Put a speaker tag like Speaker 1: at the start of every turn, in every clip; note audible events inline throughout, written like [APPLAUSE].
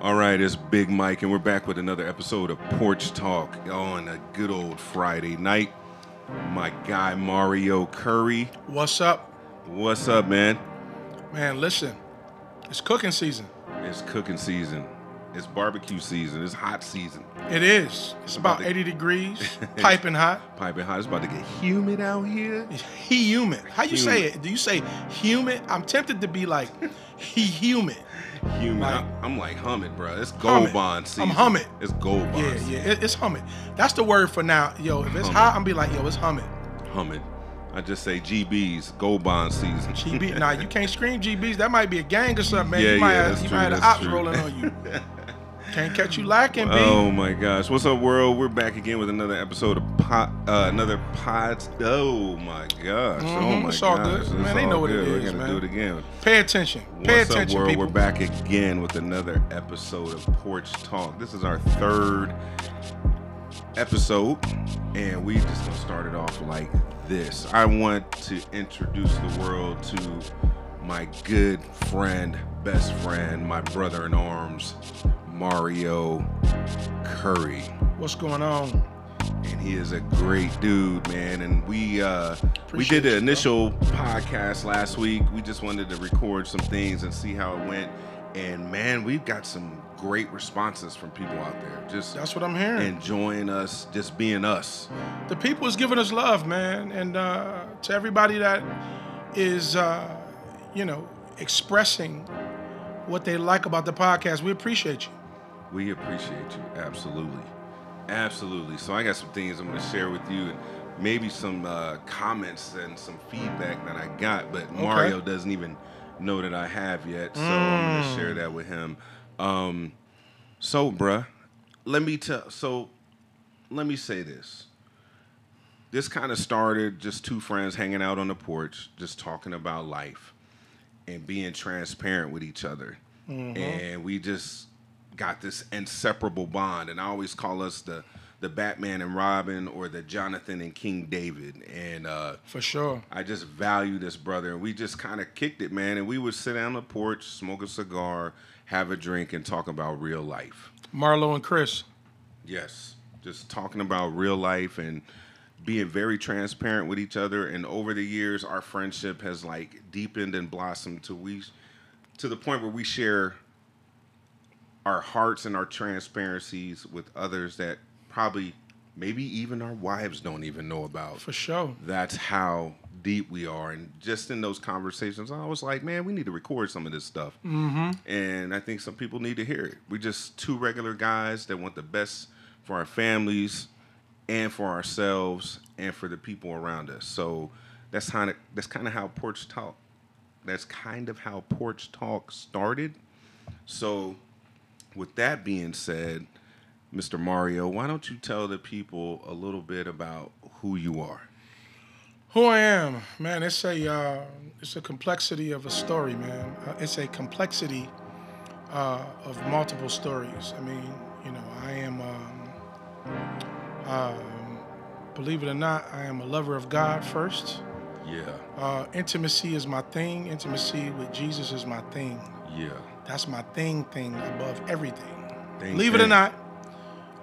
Speaker 1: All right, it's Big Mike, and we're back with another episode of Porch Talk on a good old Friday night. My guy Mario Curry,
Speaker 2: What's up?
Speaker 1: what's up, man?
Speaker 2: Man, listen, it's cooking season.
Speaker 1: It's cooking season, it's barbecue season, it's hot season.
Speaker 2: It is. It's
Speaker 1: About
Speaker 2: about
Speaker 1: to-
Speaker 2: 80
Speaker 1: [LAUGHS]
Speaker 2: degrees, piping hot. [LAUGHS]
Speaker 1: Piping hot, it's about to get humid out here.
Speaker 2: He humid. How you say
Speaker 1: Humid.
Speaker 2: it? Do you say humid? I'm tempted to be like, [LAUGHS] he [LAUGHS] humid.
Speaker 1: Humid.
Speaker 2: Like-
Speaker 1: I- I'm like humid, bro. It's
Speaker 2: Hum
Speaker 1: gold
Speaker 2: it.
Speaker 1: bond season.
Speaker 2: I'm hum it.
Speaker 1: It's gold bond.
Speaker 2: Yeah,
Speaker 1: season.
Speaker 2: yeah, it, it's humid. That's the word for now. Yo, if it's
Speaker 1: Humid.
Speaker 2: hot, I'm be like, yo, it's humid.
Speaker 1: Humming. I just say GBs, gold bond season. [LAUGHS]
Speaker 2: GB. Nah, you can't scream GBs. That might be a gang or something, man.
Speaker 1: Yeah,
Speaker 2: you might,
Speaker 1: yeah,
Speaker 2: have-
Speaker 1: that's
Speaker 2: you
Speaker 1: true,
Speaker 2: might have the
Speaker 1: that's
Speaker 2: ops
Speaker 1: true.
Speaker 2: rolling
Speaker 1: [LAUGHS]
Speaker 2: on you. Can't catch you lacking, B.
Speaker 1: Oh my gosh! What's up, world? We're back again with another episode of pot, uh, another pods. Oh my gosh! Oh
Speaker 2: Mhm,
Speaker 1: my
Speaker 2: it's all good.
Speaker 1: gosh! It's
Speaker 2: Man, they
Speaker 1: all
Speaker 2: know what it
Speaker 1: good.
Speaker 2: is,
Speaker 1: We're gonna
Speaker 2: man.
Speaker 1: do it again.
Speaker 2: Pay attention. Pay
Speaker 1: What's up,
Speaker 2: attention,
Speaker 1: world?
Speaker 2: people.
Speaker 1: We're back again with another episode of Porch Talk. This is our third episode, and we just gonna start it off like this. I want to introduce the world to my good friend, best friend, my brother in arms, Mario Curry
Speaker 2: What's going on?
Speaker 1: and he is a great dude, man. And we uh, we
Speaker 2: Appreciate
Speaker 1: did the
Speaker 2: you, bro.
Speaker 1: initial podcast last week. We just wanted to record some things and see how it went. And man, we've got some great responses from people out there, just
Speaker 2: That's what I'm hearing.
Speaker 1: enjoying us, just being us.
Speaker 2: the people is giving us love, man, and uh, to everybody that is, uh, you know, expressing what they like about the podcast, we appreciate you.
Speaker 1: We appreciate you, absolutely, absolutely. So I got some things I'm going to share with you, and maybe some uh, comments and some feedback that I got. But Mario doesn't even know that I have yet, so I'm going to share that with him. Um, so, bruh, let me tell. So, let me say this. This kind of started just two friends hanging out on the porch, just talking about life and being transparent with each other. And we just got this inseparable bond. And I always call us the the Batman and Robin or the Jonathan and King David. And uh,
Speaker 2: For sure.
Speaker 1: I just value this brother. And we just kind of kicked it, man. And we would sit down on the porch, smoke a cigar, have a drink, and talk about real life.
Speaker 2: Marlo and Chris.
Speaker 1: Yes. Just talking about real life and being very transparent with each other. And over the years, our friendship has like deepened and blossomed to we to the point where we share our hearts and our transparencies with others that probably maybe even our wives don't even know about
Speaker 2: For sure.
Speaker 1: that's how deep we are. And just in those conversations, I was like, man, we need to record some of this stuff. Mm-hmm. And I think some people need to hear it. We're just two regular guys that want the best for our families and for ourselves and for the people around us. So that's kind of that's kind of how porch talk. That's kind of how porch talk started. So, with that being said, Mr. Mario, why don't you tell the people a little bit about who you are?
Speaker 2: Who I am, man. It's a uh, it's a complexity of a story, man. Uh, it's a complexity uh, of multiple stories. I mean, you know, I am, um, um, believe it or not, I am a lover of God first.
Speaker 1: Yeah,
Speaker 2: Uh, intimacy is my thing. Intimacy with Jesus is my thing.
Speaker 1: yeah.
Speaker 2: That's my thing, thing above everything.
Speaker 1: Thing,
Speaker 2: Believe it or
Speaker 1: thing.
Speaker 2: not,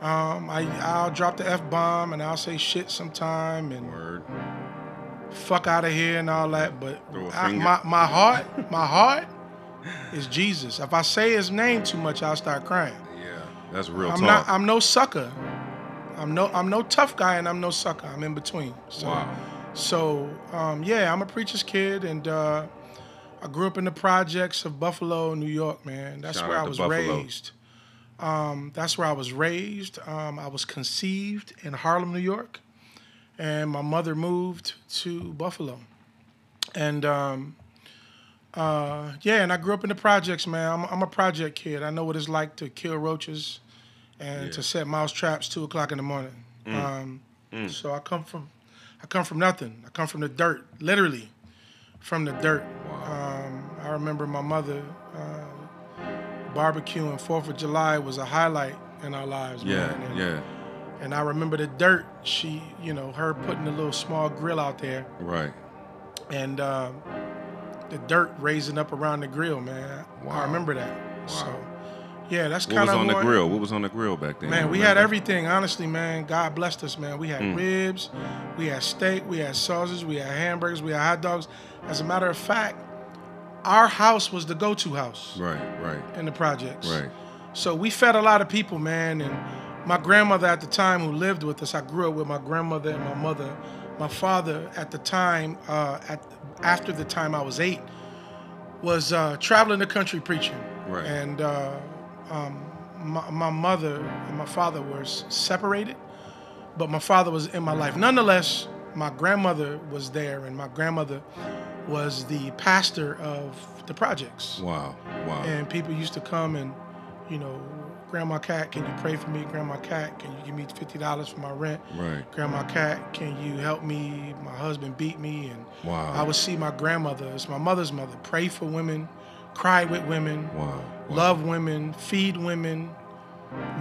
Speaker 2: um, I, I'll drop the F bomb and I'll say shit sometime and
Speaker 1: Word.
Speaker 2: fuck out of here and all that. But
Speaker 1: Throw a
Speaker 2: I-
Speaker 1: finger.
Speaker 2: my, my heart, my heart is Jesus. If I say his name too much, I'll start crying.
Speaker 1: Yeah, that's real
Speaker 2: I'm
Speaker 1: talk.
Speaker 2: not. I'm no sucker. I'm no. I'm no tough guy, and I'm no sucker. I'm in between. So,
Speaker 1: wow.
Speaker 2: So um, yeah, I'm a preacher's kid, and uh, I grew up in the projects of Buffalo, New York. Man, that's
Speaker 1: Shout
Speaker 2: where
Speaker 1: out
Speaker 2: I
Speaker 1: to
Speaker 2: was
Speaker 1: Buffalo.
Speaker 2: raised. Um, that's where I was raised. Um, I was conceived in Harlem, New York, and my mother moved to Buffalo. And um, uh, yeah, and I grew up in the projects, man. I'm, I'm a project kid. I know what it's like to kill roaches and to set mouse traps two o'clock in the morning.
Speaker 1: Mm.
Speaker 2: Um, So I come from, I come from nothing. I come from the dirt, literally, from the dirt. Um, I remember my mother uh, barbecuing Fourth of July was a highlight in our lives,
Speaker 1: Yeah,
Speaker 2: man. And,
Speaker 1: yeah.
Speaker 2: and I remember the dirt. She, you know, her putting a little small grill out there
Speaker 1: Right.
Speaker 2: and um, the dirt raising up around the grill, man.
Speaker 1: Wow.
Speaker 2: I remember that. So Yeah, that's
Speaker 1: What
Speaker 2: kind
Speaker 1: was
Speaker 2: of
Speaker 1: on the grill? What was on the grill back then?
Speaker 2: Man,
Speaker 1: You
Speaker 2: we had
Speaker 1: remember?
Speaker 2: everything. Honestly, man, God blessed us, man. We had ribs, we had steak, we had sausages, we had hamburgers, we had hot dogs. As a matter of fact, our house was the go-to house
Speaker 1: Right, right,
Speaker 2: in the projects.
Speaker 1: right.
Speaker 2: So we fed a lot of people, man. And my grandmother at the time, who lived with us, I grew up with my grandmother and my mother. My father at the time, uh, at after the time I was eight, was uh, traveling the country preaching.
Speaker 1: Right.
Speaker 2: And uh, um, my, my mother and my father were s- separated, but my father was in my life. Nonetheless, my grandmother was there, and my grandmother was the pastor of the projects
Speaker 1: Wow, wow.
Speaker 2: and people used to come and you know grandma cat can you pray for me grandma cat can you give me $50 for my rent
Speaker 1: right.
Speaker 2: grandma cat can you help me my husband beat me and
Speaker 1: Wow.
Speaker 2: i would see my grandmother it's my mother's mother pray for women cry with women
Speaker 1: Wow. wow.
Speaker 2: love women feed women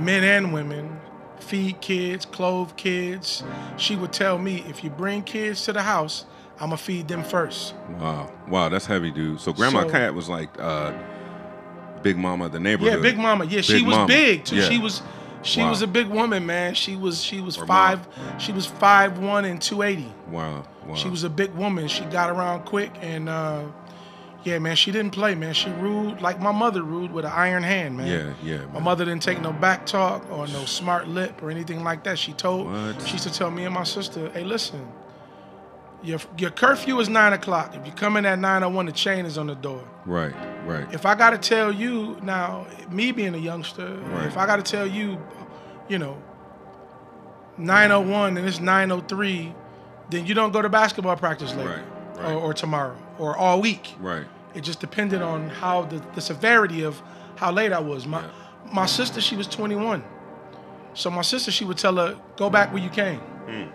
Speaker 2: men and women feed kids clothe kids she would tell me if you bring kids to the house i'ma feed them first
Speaker 1: Wow. Wow, that's heavy, dude. So Grandma
Speaker 2: So-
Speaker 1: Cat was like uh Big Mama of the
Speaker 2: Yeah,
Speaker 1: neighborhood.
Speaker 2: Big Mama. Yeah, she
Speaker 1: Big
Speaker 2: was
Speaker 1: Mama.
Speaker 2: big too.
Speaker 1: Yeah.
Speaker 2: She was she
Speaker 1: Wow.
Speaker 2: was a big woman, man. She was she was
Speaker 1: Or
Speaker 2: five
Speaker 1: mom.
Speaker 2: she was five one and two eighty.
Speaker 1: Wow. Wow.
Speaker 2: She was a big woman. She got around quick and uh yeah, man, she didn't play, man. She ruled like my mother ruled with an iron hand, man.
Speaker 1: Yeah, yeah. Man.
Speaker 2: My mother didn't take no back talk or no smart lip or anything like that. She told
Speaker 1: What?
Speaker 2: she used to tell me and my sister, hey listen, your your curfew is nine o'clock. If you come in at nine oh one, the chain is on the door
Speaker 1: Right, right.
Speaker 2: if I gotta tell you now, me being a youngster,
Speaker 1: Right.
Speaker 2: if I gotta tell you, you know, 901 and it's 903, then you don't go to basketball practice later
Speaker 1: Right, right.
Speaker 2: Or, or tomorrow or all week.
Speaker 1: Right.
Speaker 2: It just depended on how the, the severity of how late I was. My
Speaker 1: Yeah.
Speaker 2: my sister, she was 21. So my sister, she would tell her, go back where you came.
Speaker 1: Mm.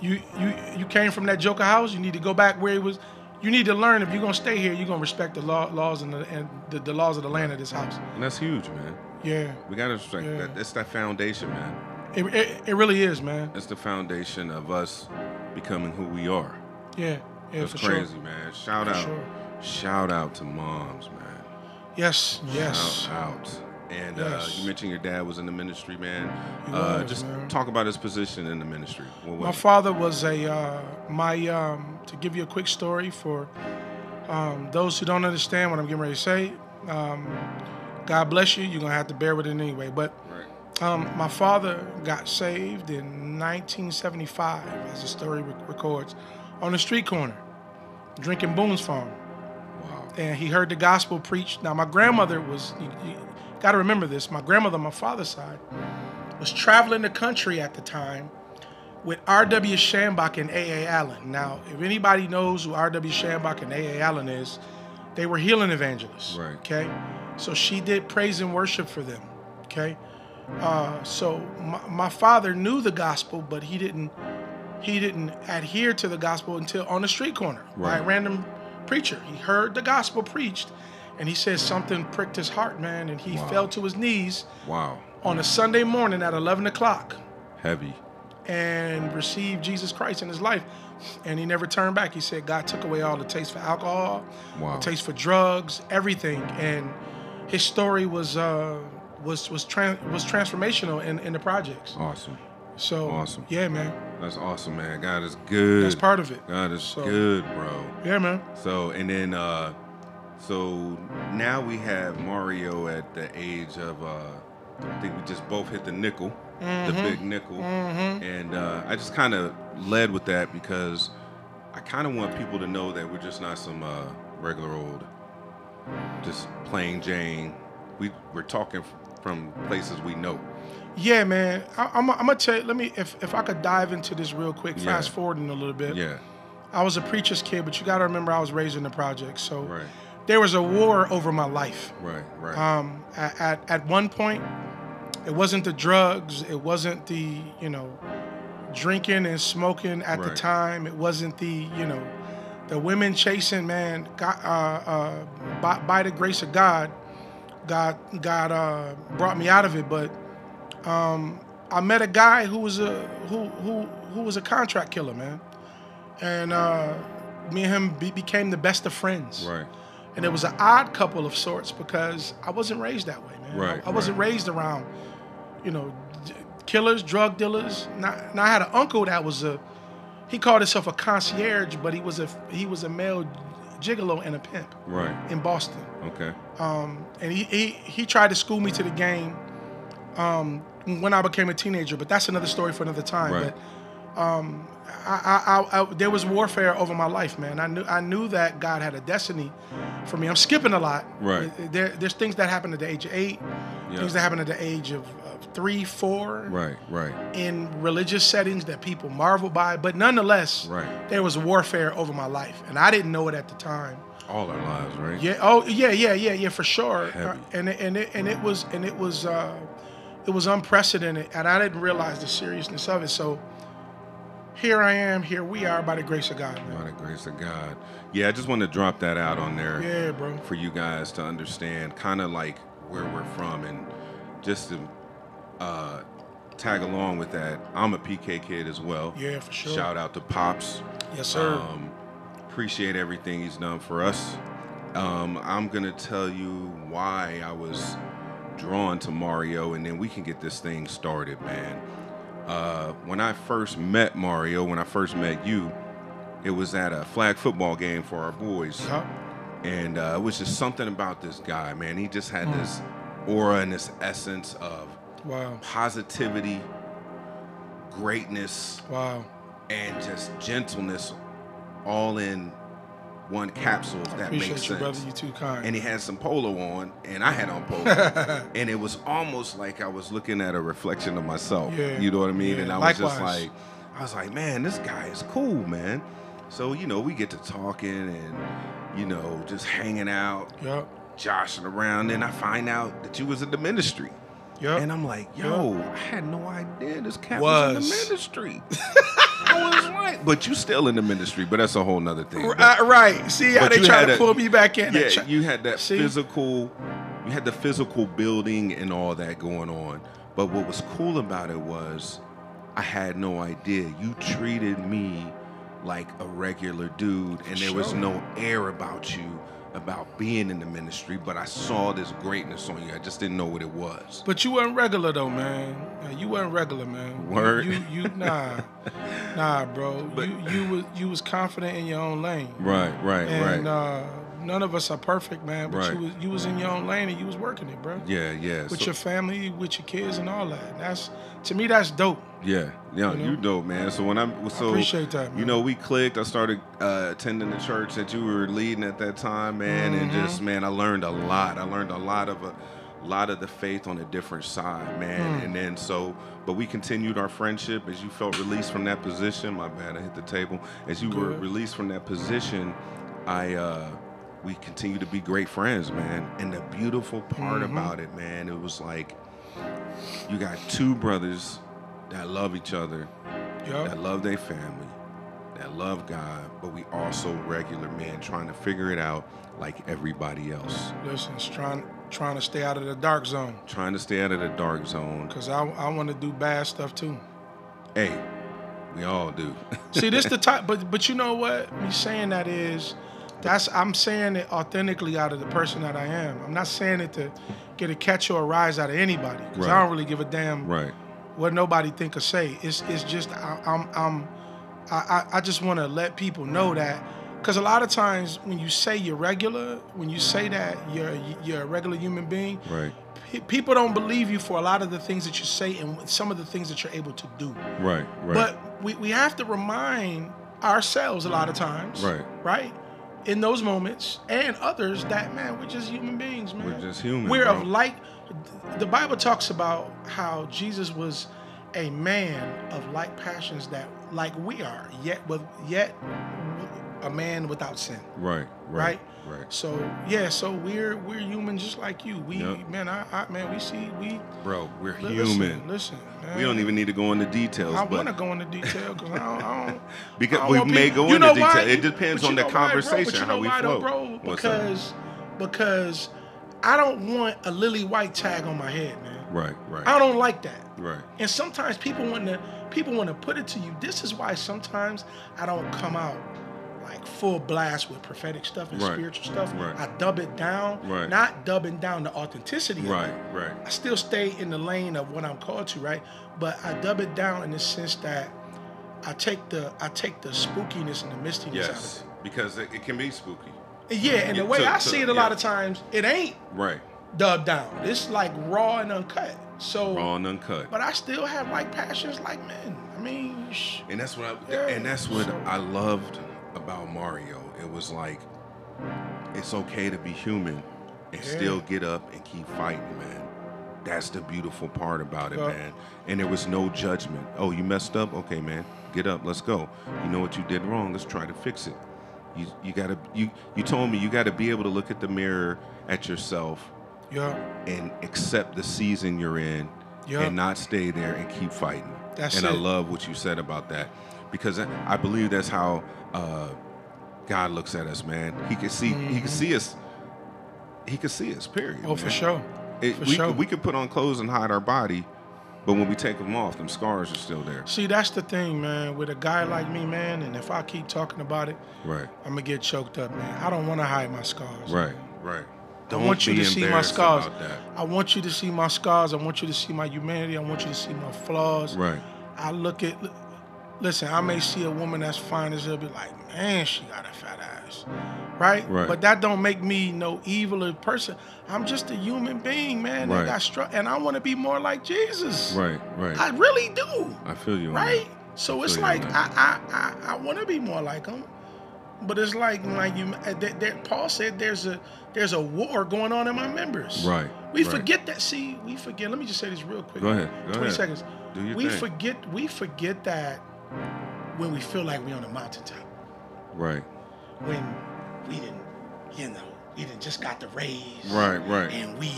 Speaker 2: You you you came from that Joker house, you need to go back where it was. You need to learn if you're gonna stay here, you're gonna respect the law, laws and, the, and the, the laws of the land of this house.
Speaker 1: And that's huge, man.
Speaker 2: Yeah.
Speaker 1: We gotta respect
Speaker 2: Yeah.
Speaker 1: that. That's that foundation, man.
Speaker 2: It, it, it really is, man.
Speaker 1: That's the foundation of us becoming who we are.
Speaker 2: Yeah. Yeah,
Speaker 1: That's
Speaker 2: for
Speaker 1: crazy,
Speaker 2: sure.
Speaker 1: man. Shout
Speaker 2: For
Speaker 1: out.
Speaker 2: sure.
Speaker 1: Shout out to moms, man.
Speaker 2: Yes, yes.
Speaker 1: Shout out. And uh,
Speaker 2: Yes.
Speaker 1: you mentioned your dad was in the ministry, man.
Speaker 2: He
Speaker 1: uh,
Speaker 2: was,
Speaker 1: just
Speaker 2: man.
Speaker 1: talk about his position in the ministry. What was
Speaker 2: My
Speaker 1: it?
Speaker 2: father was a uh, my um, to give you a quick story for um, those who don't understand what I'm getting ready to say. Um, God bless you. You're gonna have to bear with it anyway. But
Speaker 1: Right.
Speaker 2: um, my father got saved in 1975, as the story re- records, on a street corner, drinking Boone's Farm
Speaker 1: Wow.
Speaker 2: and he heard the gospel preached. Now, my grandmother was, you, got to remember this, my grandmother on my father's side was traveling the country at the time with R.W. Shambach and A.A. Allen. Now, if anybody knows who R.W. Shambach and A.A. Allen is, they were healing evangelists.
Speaker 1: Right.
Speaker 2: Okay. So she did praise and worship for them. Okay. Uh, so my, my father knew the gospel, but he didn't he didn't adhere to the gospel until on a street corner by a
Speaker 1: Right.
Speaker 2: random preacher. He heard the gospel preached, and he said something pricked his heart, man, and he
Speaker 1: Wow.
Speaker 2: fell to his knees
Speaker 1: Wow.
Speaker 2: on a Sunday morning at 11 o'clock
Speaker 1: Heavy.
Speaker 2: and received Jesus Christ in his life. And he never turned back. He said God took away all the taste for alcohol,
Speaker 1: Wow.
Speaker 2: the taste for drugs, everything. And his story was uh, was was tran was transformational in, in the projects.
Speaker 1: Awesome.
Speaker 2: So
Speaker 1: Awesome.
Speaker 2: yeah, man,
Speaker 1: That's awesome, man. God is good.
Speaker 2: that's part of it.
Speaker 1: God is
Speaker 2: So-
Speaker 1: good, bro.
Speaker 2: Yeah, man.
Speaker 1: So and then uh so now we have Mario at the age of uh I think we just both hit the nickel,
Speaker 2: Mm-hmm.
Speaker 1: the big nickel. And uh I just kind of led with that because I kind of want people to know that we're just not some uh regular old just plain Jane. We we're talking f- from places we know.
Speaker 2: Yeah, man. I, I'm, I'm gonna tell you. Let me, if if I could dive into this real quick,
Speaker 1: Yeah.
Speaker 2: fast forwarding a little bit.
Speaker 1: Yeah.
Speaker 2: I was a preacher's kid, but you gotta remember I was raised in the project, so
Speaker 1: Right. Mm-hmm.
Speaker 2: there was a war over my life.
Speaker 1: Right. Right.
Speaker 2: Um, at, at at one point, it wasn't the drugs, it wasn't the you know, drinking and smoking at the
Speaker 1: Right.
Speaker 2: time, it wasn't the you know, the women chasing. Man, God, uh, uh, by, by the grace of God, God God uh, brought me out of it, but. um, I met a guy who was a who who who was a contract killer, man, and uh, me and him be, became the best of friends.
Speaker 1: right.
Speaker 2: and it was an odd couple of sorts because I wasn't raised that way, man.
Speaker 1: Right,
Speaker 2: I, I wasn't raised around, you know, d- killers, drug dealers. Now, now I had an uncle that was a, he called himself a concierge, but he was a he was a male gigolo and a pimp
Speaker 1: Right.
Speaker 2: in Boston.
Speaker 1: Okay.
Speaker 2: Um, and he, he he tried to school me to the game um, when I became a teenager, but that's another story for another time.
Speaker 1: Right.
Speaker 2: But um, I, I, I, I, there was warfare over my life, man. I knew, I knew that God had a destiny for me. I'm skipping a lot.
Speaker 1: Right.
Speaker 2: There, there's things that happened at the age of eight,
Speaker 1: Yeah.
Speaker 2: things that happened at the age of, of three, four,
Speaker 1: Right. Right.
Speaker 2: in religious settings that people marvel by. But nonetheless,
Speaker 1: Right.
Speaker 2: there was warfare over my life, and I didn't know it at the time.
Speaker 1: All our lives, right?
Speaker 2: Yeah. Oh, yeah, yeah, yeah, yeah, for sure.
Speaker 1: Heavy.
Speaker 2: Uh, and it- and it, and it was and it was uh, it was unprecedented, and I didn't realize the seriousness of it. So here I am. Here we are, by the grace of God. Man.
Speaker 1: By the grace of God. Yeah, I just wanted to drop that out on there.
Speaker 2: Yeah, bro.
Speaker 1: for you guys to understand kind of like where we're from and just to uh, tag along with that i'm a pk kid as well
Speaker 2: Yeah, for sure.
Speaker 1: shout out to pops
Speaker 2: Yes, sir.
Speaker 1: um, appreciate everything he's done for us um, i'm gonna tell you why i was drawn to mario and then we can get this thing started man uh, when i first met mario when i first met you it was at a flag football game for our boys
Speaker 2: Huh?
Speaker 1: and uh, it was just something about this guy, man. He just had this aura and this essence of
Speaker 2: Wow.
Speaker 1: positivity, greatness,
Speaker 2: Wow.
Speaker 1: and just gentleness, all in one capsule. If that
Speaker 2: Appreciate
Speaker 1: makes
Speaker 2: you,
Speaker 1: sense.
Speaker 2: brother. You too kind.
Speaker 1: and he had some polo on, and I had on
Speaker 2: [LAUGHS]
Speaker 1: polo, and it was almost like I was looking at a reflection of myself.
Speaker 2: Yeah.
Speaker 1: You know what I mean?
Speaker 2: Yeah.
Speaker 1: And I was just
Speaker 2: Likewise.
Speaker 1: like, I was like, man, this guy is cool, man. So you know, we get to talking and you know, just hanging out,
Speaker 2: yep.
Speaker 1: joshing around, and I find out that you was in the ministry.
Speaker 2: Yep.
Speaker 1: And I'm like, yo, I had no idea this cat was, in
Speaker 2: Was.
Speaker 1: the [LAUGHS] ministry. I was like, but you still in the ministry, but that's a whole nother thing.
Speaker 2: R-
Speaker 1: But-
Speaker 2: uh, right. See how
Speaker 1: but
Speaker 2: they
Speaker 1: you
Speaker 2: try
Speaker 1: had
Speaker 2: to
Speaker 1: a-
Speaker 2: pull me back in. They
Speaker 1: yeah,
Speaker 2: try-
Speaker 1: you had that
Speaker 2: See?
Speaker 1: physical, you had the physical building and all that going on. But what was cool about it was, I had no idea. You treated me like a regular dude, and there was
Speaker 2: Sure.
Speaker 1: no air about you about being in the ministry. But I saw this greatness on you. I just didn't know what it was.
Speaker 2: But you weren't regular though, man. Nah, You weren't regular, man.
Speaker 1: Word.
Speaker 2: You you, you-
Speaker 1: [LAUGHS]
Speaker 2: nah, nah, bro. you you was you was confident in your own lane,
Speaker 1: Right, right,
Speaker 2: and uh, none of us are perfect, man. But
Speaker 1: Right.
Speaker 2: you was you was in your own lane and you was working it, bro.
Speaker 1: yeah, yeah.
Speaker 2: With
Speaker 1: so-
Speaker 2: your family, with your kids, and all that. That's to me, that's dope.
Speaker 1: Yeah, yeah, you,
Speaker 2: know?
Speaker 1: dope, man. So when I'm, so
Speaker 2: appreciate that,
Speaker 1: You
Speaker 2: man.
Speaker 1: know, we clicked. I started uh, attending the church that you were leading at that time, man, and just man, I learned a lot. I learned a lot of a lot of the faith on a different side, man. And then so, but we continued our friendship as you felt released from that position. My bad, I hit the table. As you were
Speaker 2: Good.
Speaker 1: released from that position, I. uh we continue to be great friends, man. And the beautiful part about it, man, it was like you got two brothers that love each other, that
Speaker 2: Yo,
Speaker 1: love their family, that love God, but we also regular men trying to figure it out like everybody else.
Speaker 2: listen, it's trying trying to stay out of the dark zone,
Speaker 1: Trying to stay out of the dark zone.
Speaker 2: cause I I want to do bad stuff too.
Speaker 1: Hey, we all do. [LAUGHS]
Speaker 2: See, this the type, but but you know what? Me saying that is, that's I'm saying it authentically out of the person that I am. I'm not saying it to get a catch or a rise out of anybody because
Speaker 1: Right.
Speaker 2: I don't really give a damn
Speaker 1: right.
Speaker 2: what nobody think or say. It's it's just I, I'm I'm I I, I just want to let people know that because a lot of times when you say you're regular, when you say that you're you're a regular human being,
Speaker 1: Right.
Speaker 2: pe- people don't believe you for a lot of the things that you say and some of the things that you're able to do.
Speaker 1: Right. Right.
Speaker 2: But we, we have to remind ourselves a lot of times,
Speaker 1: Right.
Speaker 2: Right? In those moments and others that, man, we're just human beings, man.
Speaker 1: We're just human,
Speaker 2: We're
Speaker 1: bro.
Speaker 2: of like, the Bible talks about how Jesus was a man of like passions that, like we are, yet with yet a man without sin.
Speaker 1: right.
Speaker 2: Right.
Speaker 1: Right.
Speaker 2: So yeah, so we're we're human just like you. We
Speaker 1: Yep.
Speaker 2: man, I, I man, we see we
Speaker 1: Bro, we're
Speaker 2: li-
Speaker 1: human.
Speaker 2: Listen, listen man.
Speaker 1: we don't even need to go into details,
Speaker 2: I
Speaker 1: but
Speaker 2: want to go into detail because I don't. I don't I
Speaker 1: because
Speaker 2: don't
Speaker 1: we
Speaker 2: want
Speaker 1: may
Speaker 2: people-
Speaker 1: go
Speaker 2: you
Speaker 1: into
Speaker 2: know
Speaker 1: detail.
Speaker 2: why?
Speaker 1: It depends
Speaker 2: But you
Speaker 1: on the
Speaker 2: know why, bro? But you
Speaker 1: conversation, how
Speaker 2: know
Speaker 1: we
Speaker 2: why
Speaker 1: flow.
Speaker 2: though, bro?
Speaker 1: What's up?
Speaker 2: Because because I don't want a lily white tag on my head, man.
Speaker 1: Right. Right.
Speaker 2: I don't like that.
Speaker 1: right.
Speaker 2: And sometimes people want to people want to put it to you. This is why sometimes I don't come out like full blast with prophetic stuff and
Speaker 1: Right.
Speaker 2: spiritual stuff.
Speaker 1: Right.
Speaker 2: I dub it down,
Speaker 1: Right.
Speaker 2: not dubbing down the authenticity of
Speaker 1: Right,
Speaker 2: it.
Speaker 1: right.
Speaker 2: I still stay in the lane of what I'm called to, right? But I dub it down in the sense that I take the I take the spookiness and the mistiness
Speaker 1: Yes, because it, it can be spooky.
Speaker 2: out of it. Yeah, and the
Speaker 1: Yeah,
Speaker 2: way
Speaker 1: to-
Speaker 2: I
Speaker 1: to-
Speaker 2: see it a lot
Speaker 1: yeah.
Speaker 2: of times, it ain't
Speaker 1: Right.
Speaker 2: dubbed down. It's like raw and uncut. So
Speaker 1: Raw and uncut.
Speaker 2: but I still have like passions like men. I mean, sh-
Speaker 1: And that's what I,
Speaker 2: Yeah.
Speaker 1: and that's what I loved about Mario. It was like it's okay to be human and
Speaker 2: Yeah.
Speaker 1: still get up and keep fighting, man. That's the beautiful part about it,
Speaker 2: Yeah.
Speaker 1: man. And there was no judgment. Oh, you messed up? Okay, man. Get up. Let's go. You know what you did wrong. Let's try to fix it. You you got to you you told me you got to be able to look at the mirror at yourself
Speaker 2: yeah,
Speaker 1: and accept the season you're in
Speaker 2: Yeah.
Speaker 1: and not stay there and keep fighting.
Speaker 2: That's
Speaker 1: and I
Speaker 2: it.
Speaker 1: love what you said about that because I, I believe that's how uh, God looks at us, man. He can see he can see us. He can see us. Period.
Speaker 2: oh for
Speaker 1: man.
Speaker 2: sure,
Speaker 1: It-
Speaker 2: for
Speaker 1: we,
Speaker 2: sure.
Speaker 1: could, we could put on clothes and hide our body, but when we take them off, them scars are still there.
Speaker 2: See, that's the thing, man. With a guy like me, man, and if I keep talking about it,
Speaker 1: Right.
Speaker 2: I'm gonna get choked up, man. I don't want to hide my scars.
Speaker 1: Right. Right. Don't
Speaker 2: I want you
Speaker 1: be
Speaker 2: to see my
Speaker 1: embarrassed
Speaker 2: scars.
Speaker 1: about that.
Speaker 2: I want you to see my scars. I want you to see my humanity. I want you to see my flaws.
Speaker 1: Right.
Speaker 2: I look at, listen, I may see a woman that's fine as hell, be like, man, she got a fat ass, right?
Speaker 1: Right.
Speaker 2: But that don't make me no eviler person. I'm just a human being, man.
Speaker 1: Right.
Speaker 2: That got struck, and I want to be more like Jesus.
Speaker 1: Right. Right.
Speaker 2: I really do,
Speaker 1: I feel you. on that.
Speaker 2: right? So it's
Speaker 1: feel you
Speaker 2: like
Speaker 1: on
Speaker 2: I I I, I want to be more like him, but it's like my you. eh, Paul said there's a there's a war going on in my members.
Speaker 1: Right.
Speaker 2: We
Speaker 1: right.
Speaker 2: forget that. See, we forget. Let me just say this real quick.
Speaker 1: Go ahead. Go
Speaker 2: 20
Speaker 1: ahead.
Speaker 2: seconds.
Speaker 1: Do your
Speaker 2: we
Speaker 1: thing.
Speaker 2: forget we forget that when we feel like we're on a mountaintop.
Speaker 1: Right.
Speaker 2: When we didn't, you know, we didn't just got the raise.
Speaker 1: Right. Right.
Speaker 2: And we,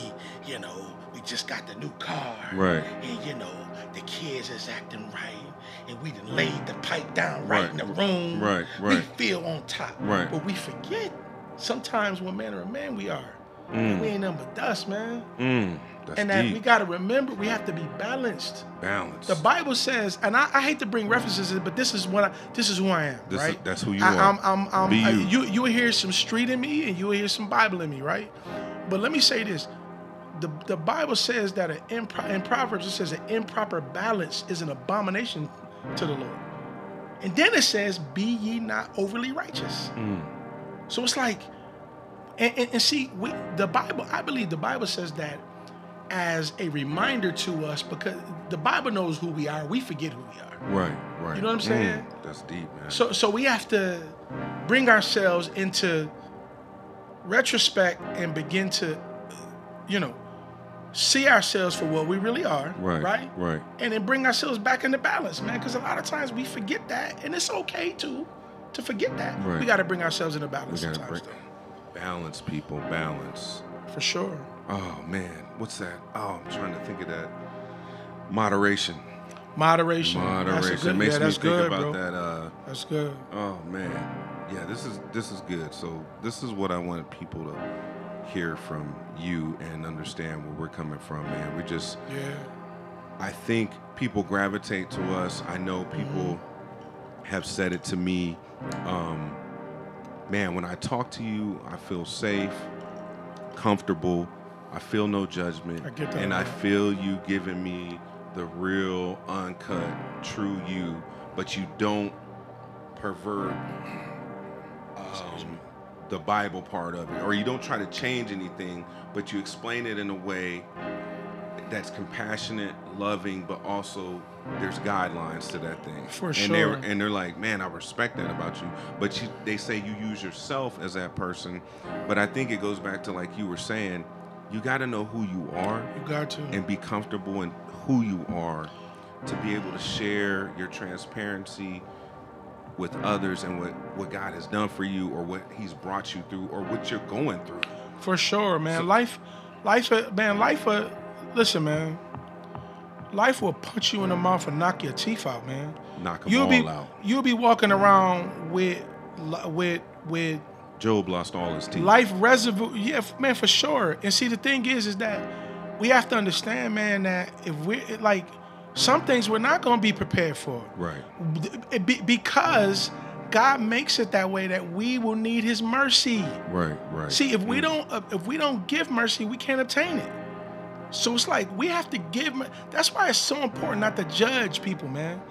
Speaker 2: you know, we just got the new car.
Speaker 1: Right.
Speaker 2: And you know, the kids is acting right. And we done laid the pipe down right,
Speaker 1: Right.
Speaker 2: in the room.
Speaker 1: Right, [LAUGHS]
Speaker 2: We
Speaker 1: right.
Speaker 2: feel on top.
Speaker 1: Right.
Speaker 2: But we forget sometimes what manner of man we are. We ain't nothing but dust, man.
Speaker 1: Mm, that's
Speaker 2: and that
Speaker 1: deep.
Speaker 2: we got to remember we have to be balanced.
Speaker 1: balance.
Speaker 2: The Bible says, and I, I hate to bring references, in, but this is what I, this is who I am,
Speaker 1: This is-
Speaker 2: right?
Speaker 1: that's who you
Speaker 2: I,
Speaker 1: are.
Speaker 2: I'm, I'm, I'm,
Speaker 1: Be
Speaker 2: I-
Speaker 1: you.
Speaker 2: you. You will hear some street in me, and you will hear some Bible in me, right? But let me say this: the the Bible says that an impro- in Proverbs it says an improper balance is an abomination to the Lord, and then it says, "Be ye not overly righteous."
Speaker 1: Mm.
Speaker 2: So it's like, and, and, and see, we, the Bible, I believe the Bible says that as a reminder to us because the Bible knows who we are. We forget who we are.
Speaker 1: right, right.
Speaker 2: You know what I'm
Speaker 1: Mm,
Speaker 2: saying?
Speaker 1: that's deep, man.
Speaker 2: So, so we have to bring ourselves into retrospect and begin to, you know, see ourselves for what we really are.
Speaker 1: right,
Speaker 2: Right.
Speaker 1: right, right,
Speaker 2: And then bring ourselves back into balance, man. Because a lot of times we forget that, and it's okay to to forget that.
Speaker 1: Right.
Speaker 2: We got to bring ourselves into
Speaker 1: We
Speaker 2: balance
Speaker 1: gotta
Speaker 2: sometimes,
Speaker 1: break balance, people. Balance.
Speaker 2: though, for sure.
Speaker 1: Oh man, what's that? Oh, I'm trying to think of that. Moderation.
Speaker 2: Moderation. That's a
Speaker 1: Moderation.
Speaker 2: good,
Speaker 1: Makes
Speaker 2: yeah,
Speaker 1: me
Speaker 2: that's
Speaker 1: think
Speaker 2: good,
Speaker 1: about
Speaker 2: bro.
Speaker 1: that. Uh,
Speaker 2: That's good.
Speaker 1: oh man, yeah. This is this is good. So this is what I want people to hear from you and understand where we're coming from, man. We just
Speaker 2: Yeah.
Speaker 1: I think people gravitate to us. I know people
Speaker 2: Mm-hmm.
Speaker 1: have said it to me. Um, man, when I talk to you, I feel safe, comfortable. I feel no judgment.
Speaker 2: I get that,
Speaker 1: And I
Speaker 2: man.
Speaker 1: feel you giving me the real, uncut, true you, but you don't pervert um, the Bible part of it, or you don't try to change anything, but you explain it in a way that's compassionate, loving, but also there's guidelines to that thing.
Speaker 2: For
Speaker 1: and
Speaker 2: sure.
Speaker 1: They're, and they're like, man, I respect that about you. But you, they say you use yourself as that person. But I think it goes back to like you were saying, you got to know who you are
Speaker 2: You got to.
Speaker 1: and be comfortable in who you are to be able to share your transparency with others and what, what God has done for you or what he's brought you through or what you're going through.
Speaker 2: For sure, man. life, life, uh, man. Life. Uh, listen, man. Life will punch you in the mouth and knock your teeth out, man.
Speaker 1: Knock them
Speaker 2: You'll
Speaker 1: all
Speaker 2: be
Speaker 1: out.
Speaker 2: you'll be walking around with li- with with
Speaker 1: Job lost all his teeth.
Speaker 2: life reservoir. Yeah, f- man, for sure. And see, the thing is, is that we have to understand, man, that if we're like some things we're not gonna be prepared for.
Speaker 1: Right.
Speaker 2: Be- be- because God makes it that way that we will need His mercy.
Speaker 1: Right, right.
Speaker 2: See, if we don't uh, if we don't give mercy, we can't obtain it. So it's like we have to give. mer- That's why it's so important not to judge people, man.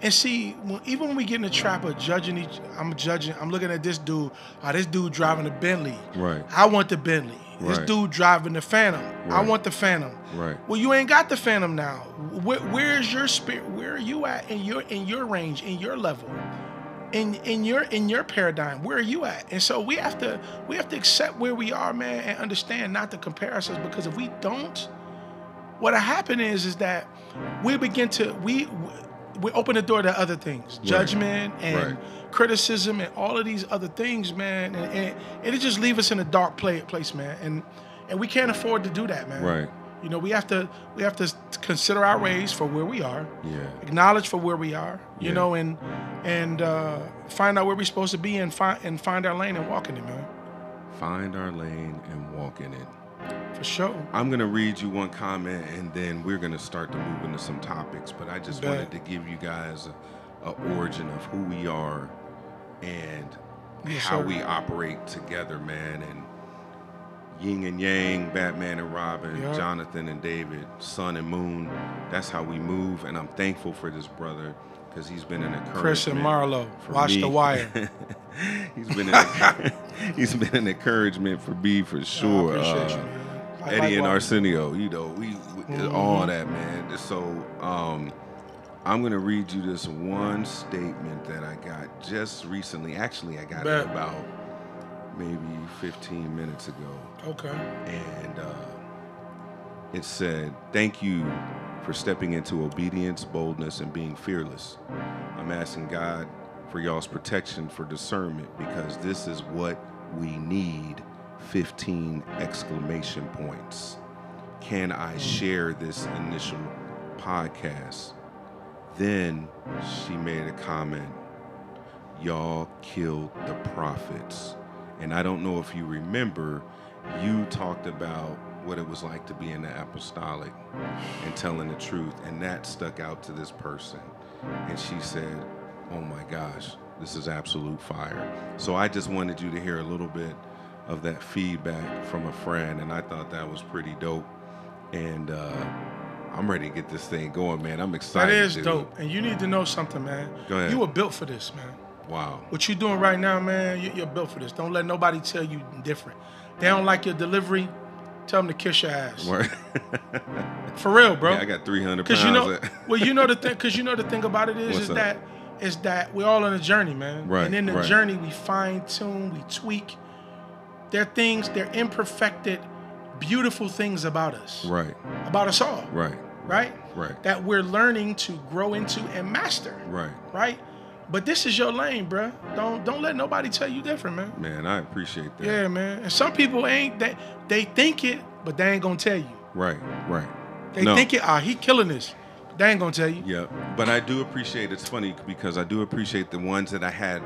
Speaker 2: And see, when, even when we get in the trap of judging each, I'm judging. I'm looking at this dude. Ah, this dude driving a Bentley.
Speaker 1: Right.
Speaker 2: I want the Bentley. This
Speaker 1: Right.
Speaker 2: dude driving the Phantom. I
Speaker 1: Right.
Speaker 2: want the Phantom.
Speaker 1: Right.
Speaker 2: Well, you ain't got the Phantom now. Where, where's your spirit? Where are you at in your in your range, in your level, in in your in your paradigm? Where are you at? And so we have to we have to accept where we are, man, and understand not to compare ourselves because if we don't, what'll happen is is that we begin to we we open the door to other things, judgment and criticism and all of these other things, man, and, and it'll just leave us in a dark play, place, man, and and we can't afford to do that, man.
Speaker 1: Right.
Speaker 2: You know, we have to we have to consider our ways for where we are,
Speaker 1: Yeah.
Speaker 2: acknowledge for where we are, you
Speaker 1: Yeah.
Speaker 2: know, and and uh, find out where we're supposed to be and find and find our lane and walk in it, man,
Speaker 1: Find our lane and walk in it.
Speaker 2: for sure.
Speaker 1: I'm gonna read you one comment, and then we're gonna start to move into some topics. But I just
Speaker 2: Bet.
Speaker 1: wanted to give you guys a, a origin of who we are and
Speaker 2: Yes,
Speaker 1: how
Speaker 2: sir.
Speaker 1: we operate together, man. And yin and yang, Batman and Robin,
Speaker 2: Yeah.
Speaker 1: Jonathan and David, Sun and Moon. That's how we move. And I'm thankful for this brother because he's been an encouragement.
Speaker 2: Christian Marlowe,
Speaker 1: for
Speaker 2: watch
Speaker 1: me. [LAUGHS]
Speaker 2: the wire.
Speaker 1: he's been an, [LAUGHS] he's been an encouragement for me for sure.
Speaker 2: [LAUGHS] I appreciate
Speaker 1: Uh,
Speaker 2: you, man. I
Speaker 1: Eddie and
Speaker 2: likewise.
Speaker 1: Arsenio, you know, we, we all that man. So um, I'm gonna read you this one statement that I got just recently. Actually, I got
Speaker 2: Bet.
Speaker 1: it about maybe 15 minutes ago,
Speaker 2: Okay.
Speaker 1: and uh, it said, "Thank you for stepping into obedience, boldness, and being fearless. I'm asking God for y'all's protection for discernment because this is what we need." 15 exclamation points can I share this initial podcast? Then she made a comment, Y'all killed the prophets. And I don't know if you remember, you talked about what it was like to be in the apostolic and telling the truth. And that stuck out to this person. And she said, Oh my gosh, this is absolute fire. So I just wanted you to hear a little bit of that feedback from a friend. And I thought that was pretty dope. And uh, I'm ready to get this thing going, man. I'm
Speaker 2: That
Speaker 1: excited.
Speaker 2: is
Speaker 1: dude.
Speaker 2: dope, and you need to know something, man.
Speaker 1: Go ahead.
Speaker 2: You were built for this, man.
Speaker 1: Wow. [LAUGHS]
Speaker 2: What you're doing right now, man, you- you're built for this. Don't let nobody tell you different. They don't like your delivery. Tell them to kiss your ass.
Speaker 1: Word.
Speaker 2: For real, bro.
Speaker 1: Yeah, I got 300 pounds.
Speaker 2: Cause you know,
Speaker 1: of-
Speaker 2: well, you know
Speaker 1: [LAUGHS]
Speaker 2: the thing. Cause you know the thing about it is,
Speaker 1: What's
Speaker 2: is
Speaker 1: up?
Speaker 2: that, is that we're all on a journey, man.
Speaker 1: Right,
Speaker 2: And in the
Speaker 1: right.
Speaker 2: journey, we fine tune, we tweak. There are things, they're imperfected, beautiful things about us,
Speaker 1: right,
Speaker 2: about us all,
Speaker 1: right,
Speaker 2: right?
Speaker 1: right,
Speaker 2: That we're learning to grow into and master,
Speaker 1: right.
Speaker 2: right? But this is your lane, bruh. Don't don't let nobody tell you different, man.
Speaker 1: Man, I appreciate that.
Speaker 2: Yeah, man. And some people ain't that they, think it, but they ain't gonna tell you.
Speaker 1: Right, right.
Speaker 2: They
Speaker 1: No.
Speaker 2: think it. Ah, he killing this. They ain't gonna tell you.
Speaker 1: Yeah, but I do appreciate. It's funny because I do appreciate the ones that I had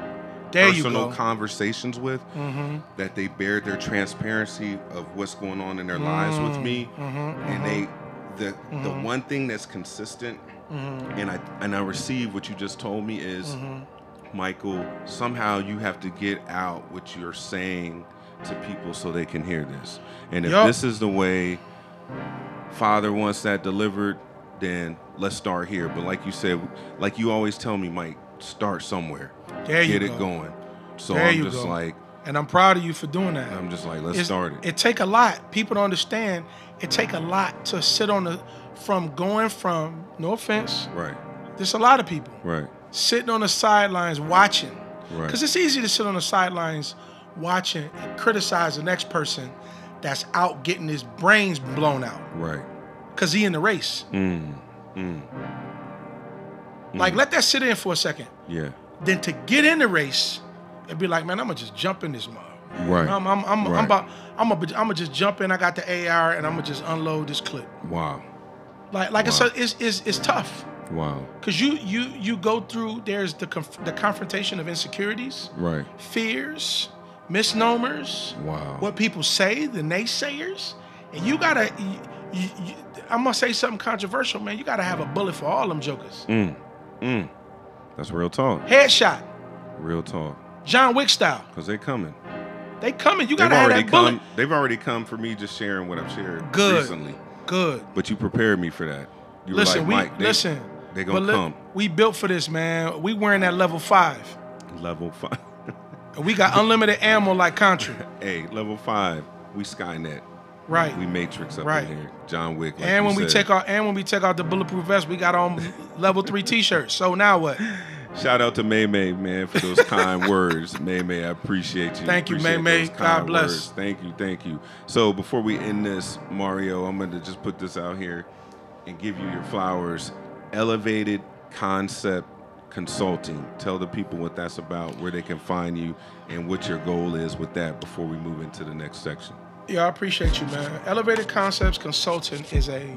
Speaker 2: There you
Speaker 1: personal
Speaker 2: go. Mm-hmm.
Speaker 1: conversations with that they bared their transparency of what's going on in their lives with me,
Speaker 2: Mm-hmm.
Speaker 1: and they the the one thing that's consistent,
Speaker 2: Mm-hmm.
Speaker 1: and I and I receive what you just told me is.
Speaker 2: Mm-hmm.
Speaker 1: Michael, somehow you have to get out what you're saying to people so they can hear this. And if
Speaker 2: Yup.
Speaker 1: this is the way Father wants that delivered, then let's start here. But like you said, like you always tell me, Mike, start somewhere.
Speaker 2: There you
Speaker 1: Get it
Speaker 2: go.
Speaker 1: going. So
Speaker 2: There
Speaker 1: I'm
Speaker 2: you
Speaker 1: just
Speaker 2: go.
Speaker 1: like,
Speaker 2: And I'm proud of you for doing that.
Speaker 1: I'm just like, let's
Speaker 2: It's-
Speaker 1: start it.
Speaker 2: It take a lot. People don't understand. It take a lot to sit on the from going from. No offense.
Speaker 1: Right,
Speaker 2: There's a lot of people
Speaker 1: right,
Speaker 2: sitting on the sidelines watching.
Speaker 1: Right.
Speaker 2: Because it's easy to sit on the sidelines watching and criticize the next person that's out getting his brains blown out
Speaker 1: right.
Speaker 2: because he in the race.
Speaker 1: Mm-hmm.
Speaker 2: Like let that sit in for a second.
Speaker 1: Yeah,
Speaker 2: Then to get in the race and be like, man, I'm gonna just jump in this mug.
Speaker 1: right.
Speaker 2: I'm I'm I'm,
Speaker 1: Right.
Speaker 2: I'm about I'm a, I'm gonna just jump in. I got the AR and I'm gonna just unload this clip.
Speaker 1: wow,
Speaker 2: Like like
Speaker 1: Wow.
Speaker 2: it's, it's it's it's tough
Speaker 1: wow,
Speaker 2: because you you you go through there's the conf- the confrontation of insecurities,
Speaker 1: right,
Speaker 2: fears, misnomers,
Speaker 1: wow.
Speaker 2: what people say, the naysayers, and you gotta. You, you, you, I'm gonna say something controversial, man. You gotta have a bullet for all them jokers.
Speaker 1: That's real talk.
Speaker 2: Headshot.
Speaker 1: Real talk.
Speaker 2: John Wick style.
Speaker 1: Cause they coming.
Speaker 2: They coming. You
Speaker 1: They've
Speaker 2: gotta have
Speaker 1: already
Speaker 2: that
Speaker 1: come.
Speaker 2: bullet.
Speaker 1: They've already come for me just sharing what I've shared
Speaker 2: Good.
Speaker 1: recently.
Speaker 2: Good.
Speaker 1: But you prepared me for that. You
Speaker 2: listen,
Speaker 1: were
Speaker 2: we
Speaker 1: like, Mike, they,
Speaker 2: listen.
Speaker 1: they gonna
Speaker 2: but li-
Speaker 1: come.
Speaker 2: We built for this, man. We wearing that level five.
Speaker 1: Level five. [LAUGHS]
Speaker 2: And we got unlimited ammo like Contra.
Speaker 1: hey, level five. We Skynet.
Speaker 2: Right.
Speaker 1: We Matrix up
Speaker 2: Right.
Speaker 1: in here. John Wick. Like
Speaker 2: and
Speaker 1: you
Speaker 2: when we
Speaker 1: said.
Speaker 2: take our and when we take out the bulletproof vest, we got on level three t-shirts. So now what?
Speaker 1: Shout out to May May, man, for those
Speaker 2: [LAUGHS]
Speaker 1: kind words. May May, I appreciate you.
Speaker 2: Thank you,
Speaker 1: Appreciate
Speaker 2: May May.
Speaker 1: those
Speaker 2: God
Speaker 1: kind
Speaker 2: bless.
Speaker 1: Thank you, thank you. So before we end this, Mario, I'm gonna just put this out here and give you your flowers. Elevated concept consulting. Tell the people what that's about, where they can find you, and what your goal is with that before we move into the next section.
Speaker 2: Yeah, I appreciate you, man. Elevated Concepts Consulting is a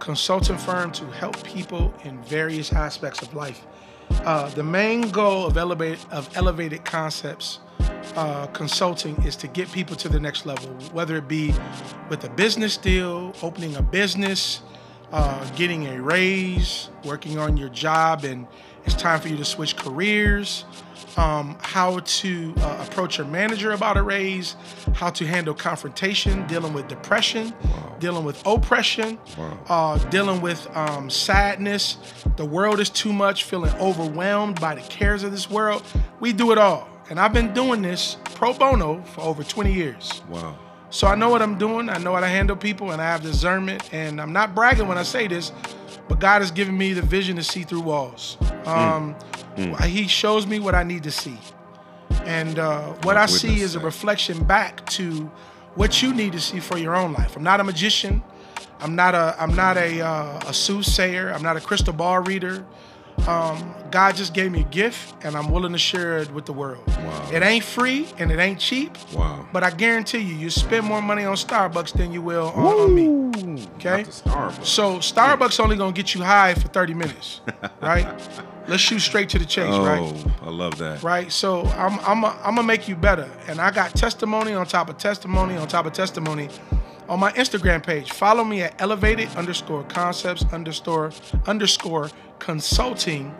Speaker 2: consulting firm to help people in various aspects of life. Uh, the main goal of Elevated, of elevated Concepts uh, Consulting is to get people to the next level, whether it be with a business deal, opening a business, uh, getting a raise, working on your job, and it's time for you to switch careers. Um, how to uh, approach your manager about a raise, how to handle confrontation, dealing with depression, dealing with oppression, uh, dealing with um, sadness. The world is too much, feeling overwhelmed by the cares of this world. We do it all. And I've been doing this pro bono for over 20 years.
Speaker 1: Wow.
Speaker 2: So I know what I'm doing. I know how to handle people, and I have discernment. And I'm not bragging when I say this, but God has given me the vision to see through walls. Um, He shows me what I need to see, and uh, what I see
Speaker 1: witness
Speaker 2: is a
Speaker 1: that.
Speaker 2: reflection back to what you need to see for your own life. I'm not a magician. I'm not a I'm not a uh, a soothsayer. I'm not a crystal ball reader. Um, God just gave me a gift, and I'm willing to share it with the world.
Speaker 1: Wow.
Speaker 2: It ain't free and it ain't cheap.
Speaker 1: Wow.
Speaker 2: But I guarantee you, you spend more money on Starbucks than you will on, on me. Okay.
Speaker 1: Not the star, but-
Speaker 2: So Starbucks only gonna get you high for 30 minutes, right? Let's shoot straight to the chase,
Speaker 1: oh,
Speaker 2: right?
Speaker 1: I love that.
Speaker 2: Right. So I'm I'm a, I'm gonna make you better, and I got testimony on top of testimony on top of testimony on my Instagram page. Follow me at elevated underscore concepts underscore underscore consulting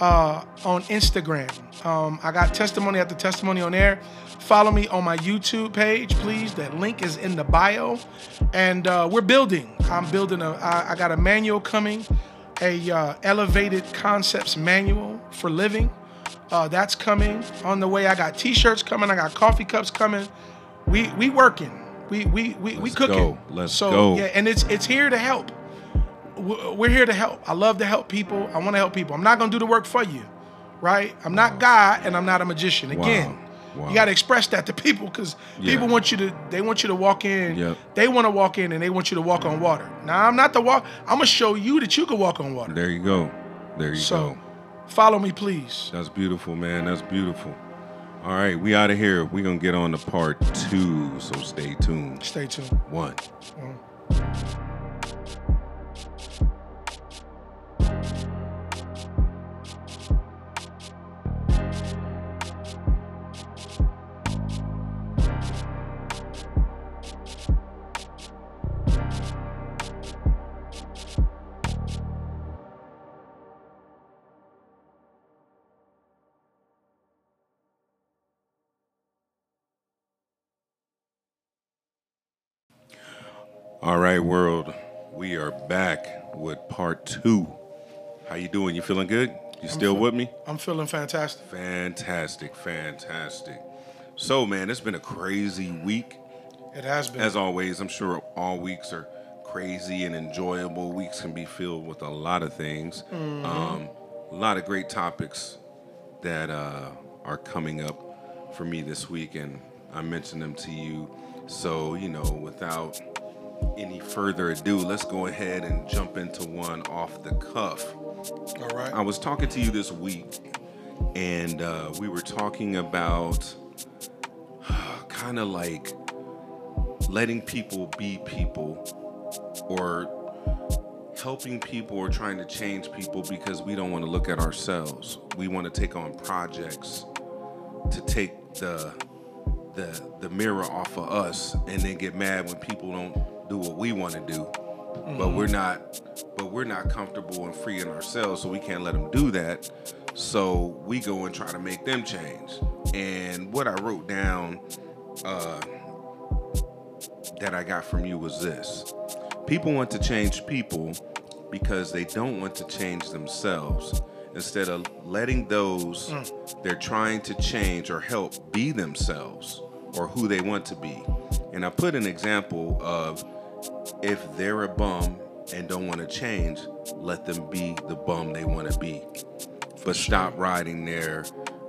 Speaker 2: uh, on Instagram. Um, I got testimony after testimony on there. Follow me on my YouTube page, please. That link is in the bio. And uh, we're building. I'm building a. I, I got a manual coming, a uh, elevated concepts manual for living. Uh, that's coming on the way. I got T-shirts coming. I got coffee cups coming. We we working. We we we, we
Speaker 1: Let's
Speaker 2: cooking.
Speaker 1: go. Let's
Speaker 2: so,
Speaker 1: go.
Speaker 2: Yeah, and it's it's here to help w- we're here to help. I love to help people. I want to help people. I'm not gonna do the work for you, right? I'm not God and I'm not a magician. Again,
Speaker 1: Wow.
Speaker 2: you gotta express that to people because
Speaker 1: Yeah.
Speaker 2: people want you to. They want you to walk in.
Speaker 1: Yep. Mm-hmm.
Speaker 2: They want to walk in and they want you to walk on water. Now I'm not the walk. I'm gonna show you that you can walk on water.
Speaker 1: There you go. There you
Speaker 2: So,
Speaker 1: go.
Speaker 2: follow me, please.
Speaker 1: That's beautiful, man. That's beautiful. All right, we out of here. We're going to get on to part two, so stay tuned.
Speaker 2: Stay tuned.
Speaker 1: One. All right, world. We are back with part two. How you doing? You feeling good? You still with me?
Speaker 2: I'm feeling fantastic.
Speaker 1: Fantastic, fantastic. So, man, it's been a crazy week.
Speaker 2: It has been.
Speaker 1: As always, I'm sure all weeks are crazy and enjoyable. Weeks can be filled with a lot of things, um, a lot of great topics that uh, are coming up for me this week, and I mentioned them to you. So, you know, without any further ado, let's go ahead and jump into one off the cuff.
Speaker 2: All right.
Speaker 1: I was talking to you this week, and uh, we were talking about [SIGHS] kind of like letting people be people or helping people or trying to change people because we don't want to look at ourselves. We want to take on projects to take the the the mirror off of us and then get mad when people don't do what we want to do but we're not but we're not comfortable and free in ourselves so we can't let them do that So we go and try to make them change. And what I wrote down uh, that I got from you was this people want to change people because they don't want to change themselves instead of letting those they're trying to change or help be themselves or who they want to be. And I put an example of if they're a bum and don't want to change, let them be the bum they want to be. But stop riding their,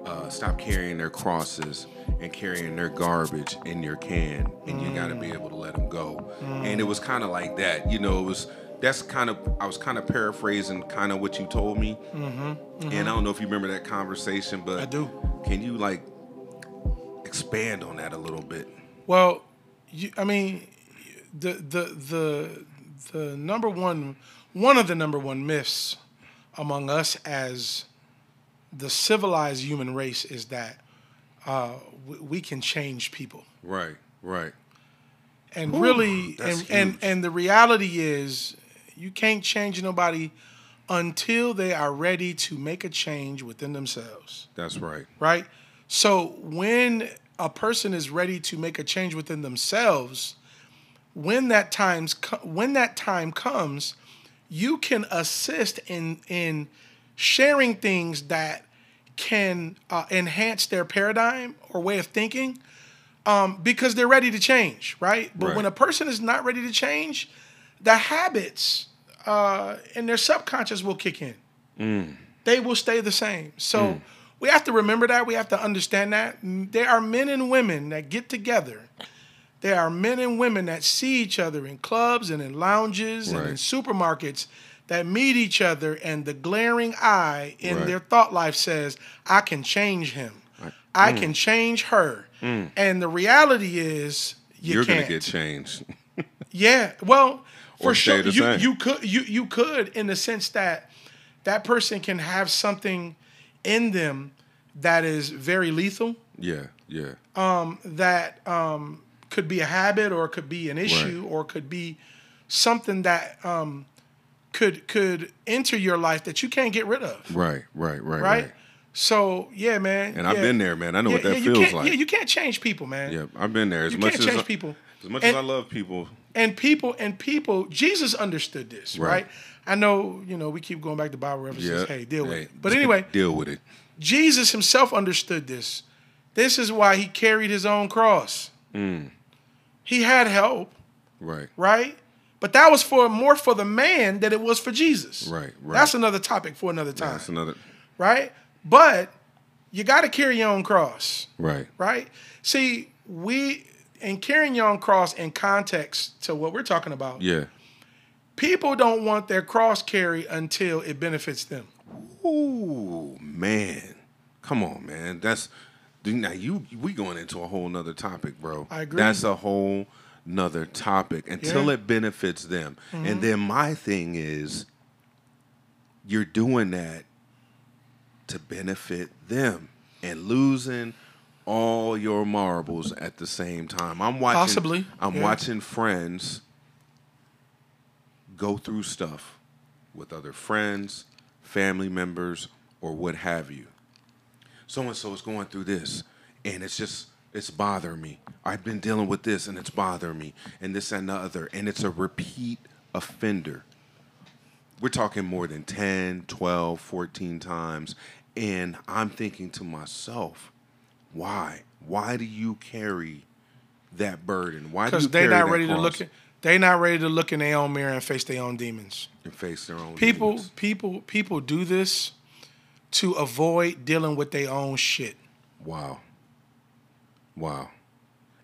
Speaker 1: uh, stop carrying their crosses and carrying their garbage in your can, and you got to
Speaker 2: Mm.
Speaker 1: be able to let them go. And it was kind of like that, you know. It was that's kind of I was kind of paraphrasing kind of what you told me. And I don't know if you remember that conversation, but
Speaker 2: Mm-hmm, I do.
Speaker 1: Can you like expand on that a little bit?
Speaker 2: Well, you, I mean, the the the the number one one of the number one myths among us as the civilized human race is that uh, we, we can change people,
Speaker 1: Right, right.
Speaker 2: and really,
Speaker 1: that's
Speaker 2: and, and
Speaker 1: huge.
Speaker 2: and the reality is, you can't change nobody until they are ready to make a change within themselves.
Speaker 1: That's right.
Speaker 2: right? So when a person is ready to make a change within themselves, when that times co- when that time comes, you can assist in in sharing things that can uh, enhance their paradigm or way of thinking um, because they're ready to change, right? But
Speaker 1: Right.
Speaker 2: when a person is not ready to change, the habits uh, in their subconscious will kick in they will stay the same. So
Speaker 1: Mm.
Speaker 2: we have to remember that. We have to understand that. M- There are men and women that get together. There are men and women that see each other in clubs and in lounges and in
Speaker 1: Right.
Speaker 2: supermarkets that meet each other, and the glaring eye in
Speaker 1: Right.
Speaker 2: their thought life says, I can change him.
Speaker 1: Mm.
Speaker 2: I can change her. And the reality is, you
Speaker 1: You're
Speaker 2: can't.
Speaker 1: gonna get changed.
Speaker 2: Yeah. Well, for
Speaker 1: Or stay
Speaker 2: sure,
Speaker 1: the
Speaker 2: you,
Speaker 1: same.
Speaker 2: you could you you could in the sense that that person can have something in them that is very lethal,
Speaker 1: yeah, yeah.
Speaker 2: Um, that um, could be a habit or could be an issue or could be something that um, could could enter your life that you can't get rid of,
Speaker 1: Right, right, right,
Speaker 2: right?
Speaker 1: right.
Speaker 2: So yeah, man.
Speaker 1: And I've been there, man. I know what that
Speaker 2: you
Speaker 1: feels
Speaker 2: can't-
Speaker 1: like.
Speaker 2: Yeah, you can't change people, man.
Speaker 1: yeah, I've been there. As
Speaker 2: you
Speaker 1: much
Speaker 2: can't
Speaker 1: as
Speaker 2: change
Speaker 1: I,
Speaker 2: people.
Speaker 1: as much
Speaker 2: And-
Speaker 1: as I love people,
Speaker 2: and people and people jesus understood this right,
Speaker 1: Right.
Speaker 2: i know you know we keep going back to bible references
Speaker 1: yeah.
Speaker 2: hey deal with
Speaker 1: hey,
Speaker 2: it but anyway [LAUGHS]
Speaker 1: deal with it.
Speaker 2: jesus himself understood this this is why he carried his own cross
Speaker 1: Mm.
Speaker 2: he had help
Speaker 1: Right,
Speaker 2: right but that was for more for the man than it was for jesus
Speaker 1: Right, right.
Speaker 2: that's another topic for another time
Speaker 1: that's another.
Speaker 2: right but you got to carry your own cross
Speaker 1: Right,
Speaker 2: right? See, we in carrying your own cross in context to what we're talking about,
Speaker 1: yeah.
Speaker 2: people don't want their cross carry until it benefits them.
Speaker 1: Ooh, man, come on, man. That's dude, now you. We going into a whole nother topic, bro.
Speaker 2: I agree.
Speaker 1: That's a whole nother topic until
Speaker 2: Yeah. Mm-hmm.
Speaker 1: it benefits them. And then my thing is, you're doing that to benefit them and losing all your marbles at the same time. I'm watching.
Speaker 2: Possibly,
Speaker 1: I'm
Speaker 2: yeah.
Speaker 1: watching friends go through stuff with other friends, family members, or what have you. So and so is going through this, and it's just it's bothering me. I've been dealing with this, and it's bothering me, and this and the other, and it's a repeat offender. We're talking more than 10, 12, 14 times, and I'm thinking to myself, why? Why do you carry that burden? Why do you
Speaker 2: Because they're
Speaker 1: carry
Speaker 2: not
Speaker 1: that
Speaker 2: ready to
Speaker 1: cross
Speaker 2: look at they not ready to look in their own mirror and face their own demons.
Speaker 1: and face their own
Speaker 2: People
Speaker 1: demons?
Speaker 2: people people do this to avoid dealing with their own shit.
Speaker 1: Wow. Wow.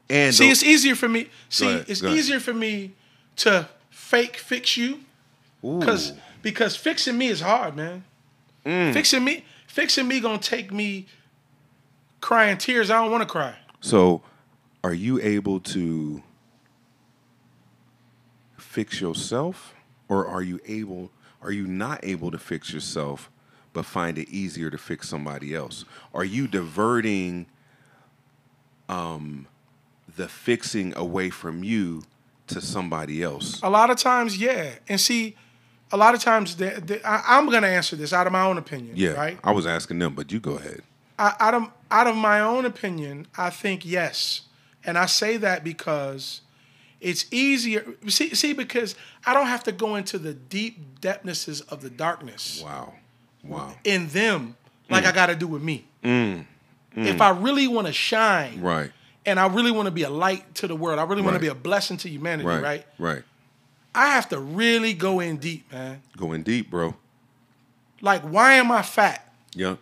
Speaker 1: And
Speaker 2: See,
Speaker 1: the-
Speaker 2: it's easier for me. See,
Speaker 1: ahead,
Speaker 2: it's
Speaker 1: go ahead.
Speaker 2: easier for me to fake fix you
Speaker 1: ooh, Mm.
Speaker 2: Cause because fixing me is hard, man. Fixing me, fixing me gonna take me crying tears. I don't want to cry.
Speaker 1: so are you able to fix yourself or are you able are you not able to fix yourself but find it easier to fix somebody else? Are you diverting um the fixing away from you to somebody else?
Speaker 2: Oh, A lot of times, yeah. And see, a lot of times they, they, I, am going to answer this out of my own opinion.
Speaker 1: Yeah,
Speaker 2: right.
Speaker 1: I was asking them, but you go ahead.
Speaker 2: I, out of out of my own opinion, I think yes, and I say that because it's easier. See, see, because I don't have to go into the deep depthnesses of the darkness
Speaker 1: Wow, Mm. wow.
Speaker 2: in them like I got to do with me. If I really want to shine,
Speaker 1: Mm. Right,
Speaker 2: and I really want to be a light to the world, I really want
Speaker 1: Right.
Speaker 2: to be a blessing to humanity,
Speaker 1: right,
Speaker 2: right.
Speaker 1: right, right.
Speaker 2: I have to really go in deep, man.
Speaker 1: Going deep, bro.
Speaker 2: Like, why am I fat?
Speaker 1: Yep,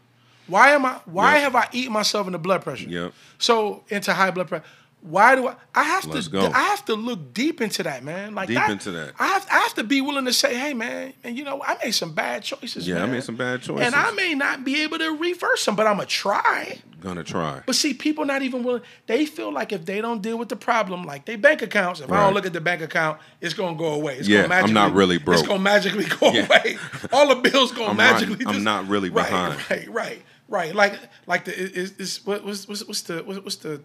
Speaker 2: Why am I? Why
Speaker 1: Yep.
Speaker 2: have I eaten myself into blood pressure?
Speaker 1: yep.
Speaker 2: So into high blood pressure. Why do I? I have
Speaker 1: Let's
Speaker 2: to.
Speaker 1: go.
Speaker 2: I have to look deep into that, man. Like
Speaker 1: Deep
Speaker 2: I-
Speaker 1: into that.
Speaker 2: I have. I have to be willing to say, hey, man, and you know, I made some bad choices.
Speaker 1: Yeah, I
Speaker 2: man.
Speaker 1: made some bad choices.
Speaker 2: And I may not be able to reverse them, but I'm gonna try.
Speaker 1: gonna try.
Speaker 2: But see, people not even willing. They feel like if they don't deal with the problem, like they bank accounts. If I
Speaker 1: Right.
Speaker 2: don't look at the bank account, it's gonna go away. It's
Speaker 1: Yeah,
Speaker 2: gonna
Speaker 1: I'm
Speaker 2: magically,
Speaker 1: not really broke.
Speaker 2: It's gonna magically go
Speaker 1: Yeah.
Speaker 2: away. [LAUGHS] All the bills gonna
Speaker 1: I'm not-
Speaker 2: magically.
Speaker 1: I'm
Speaker 2: just-
Speaker 1: not really
Speaker 2: right,
Speaker 1: behind.
Speaker 2: [LAUGHS] Right, right, right. Like, like the is, is what, what's, what's what's the what's, what's the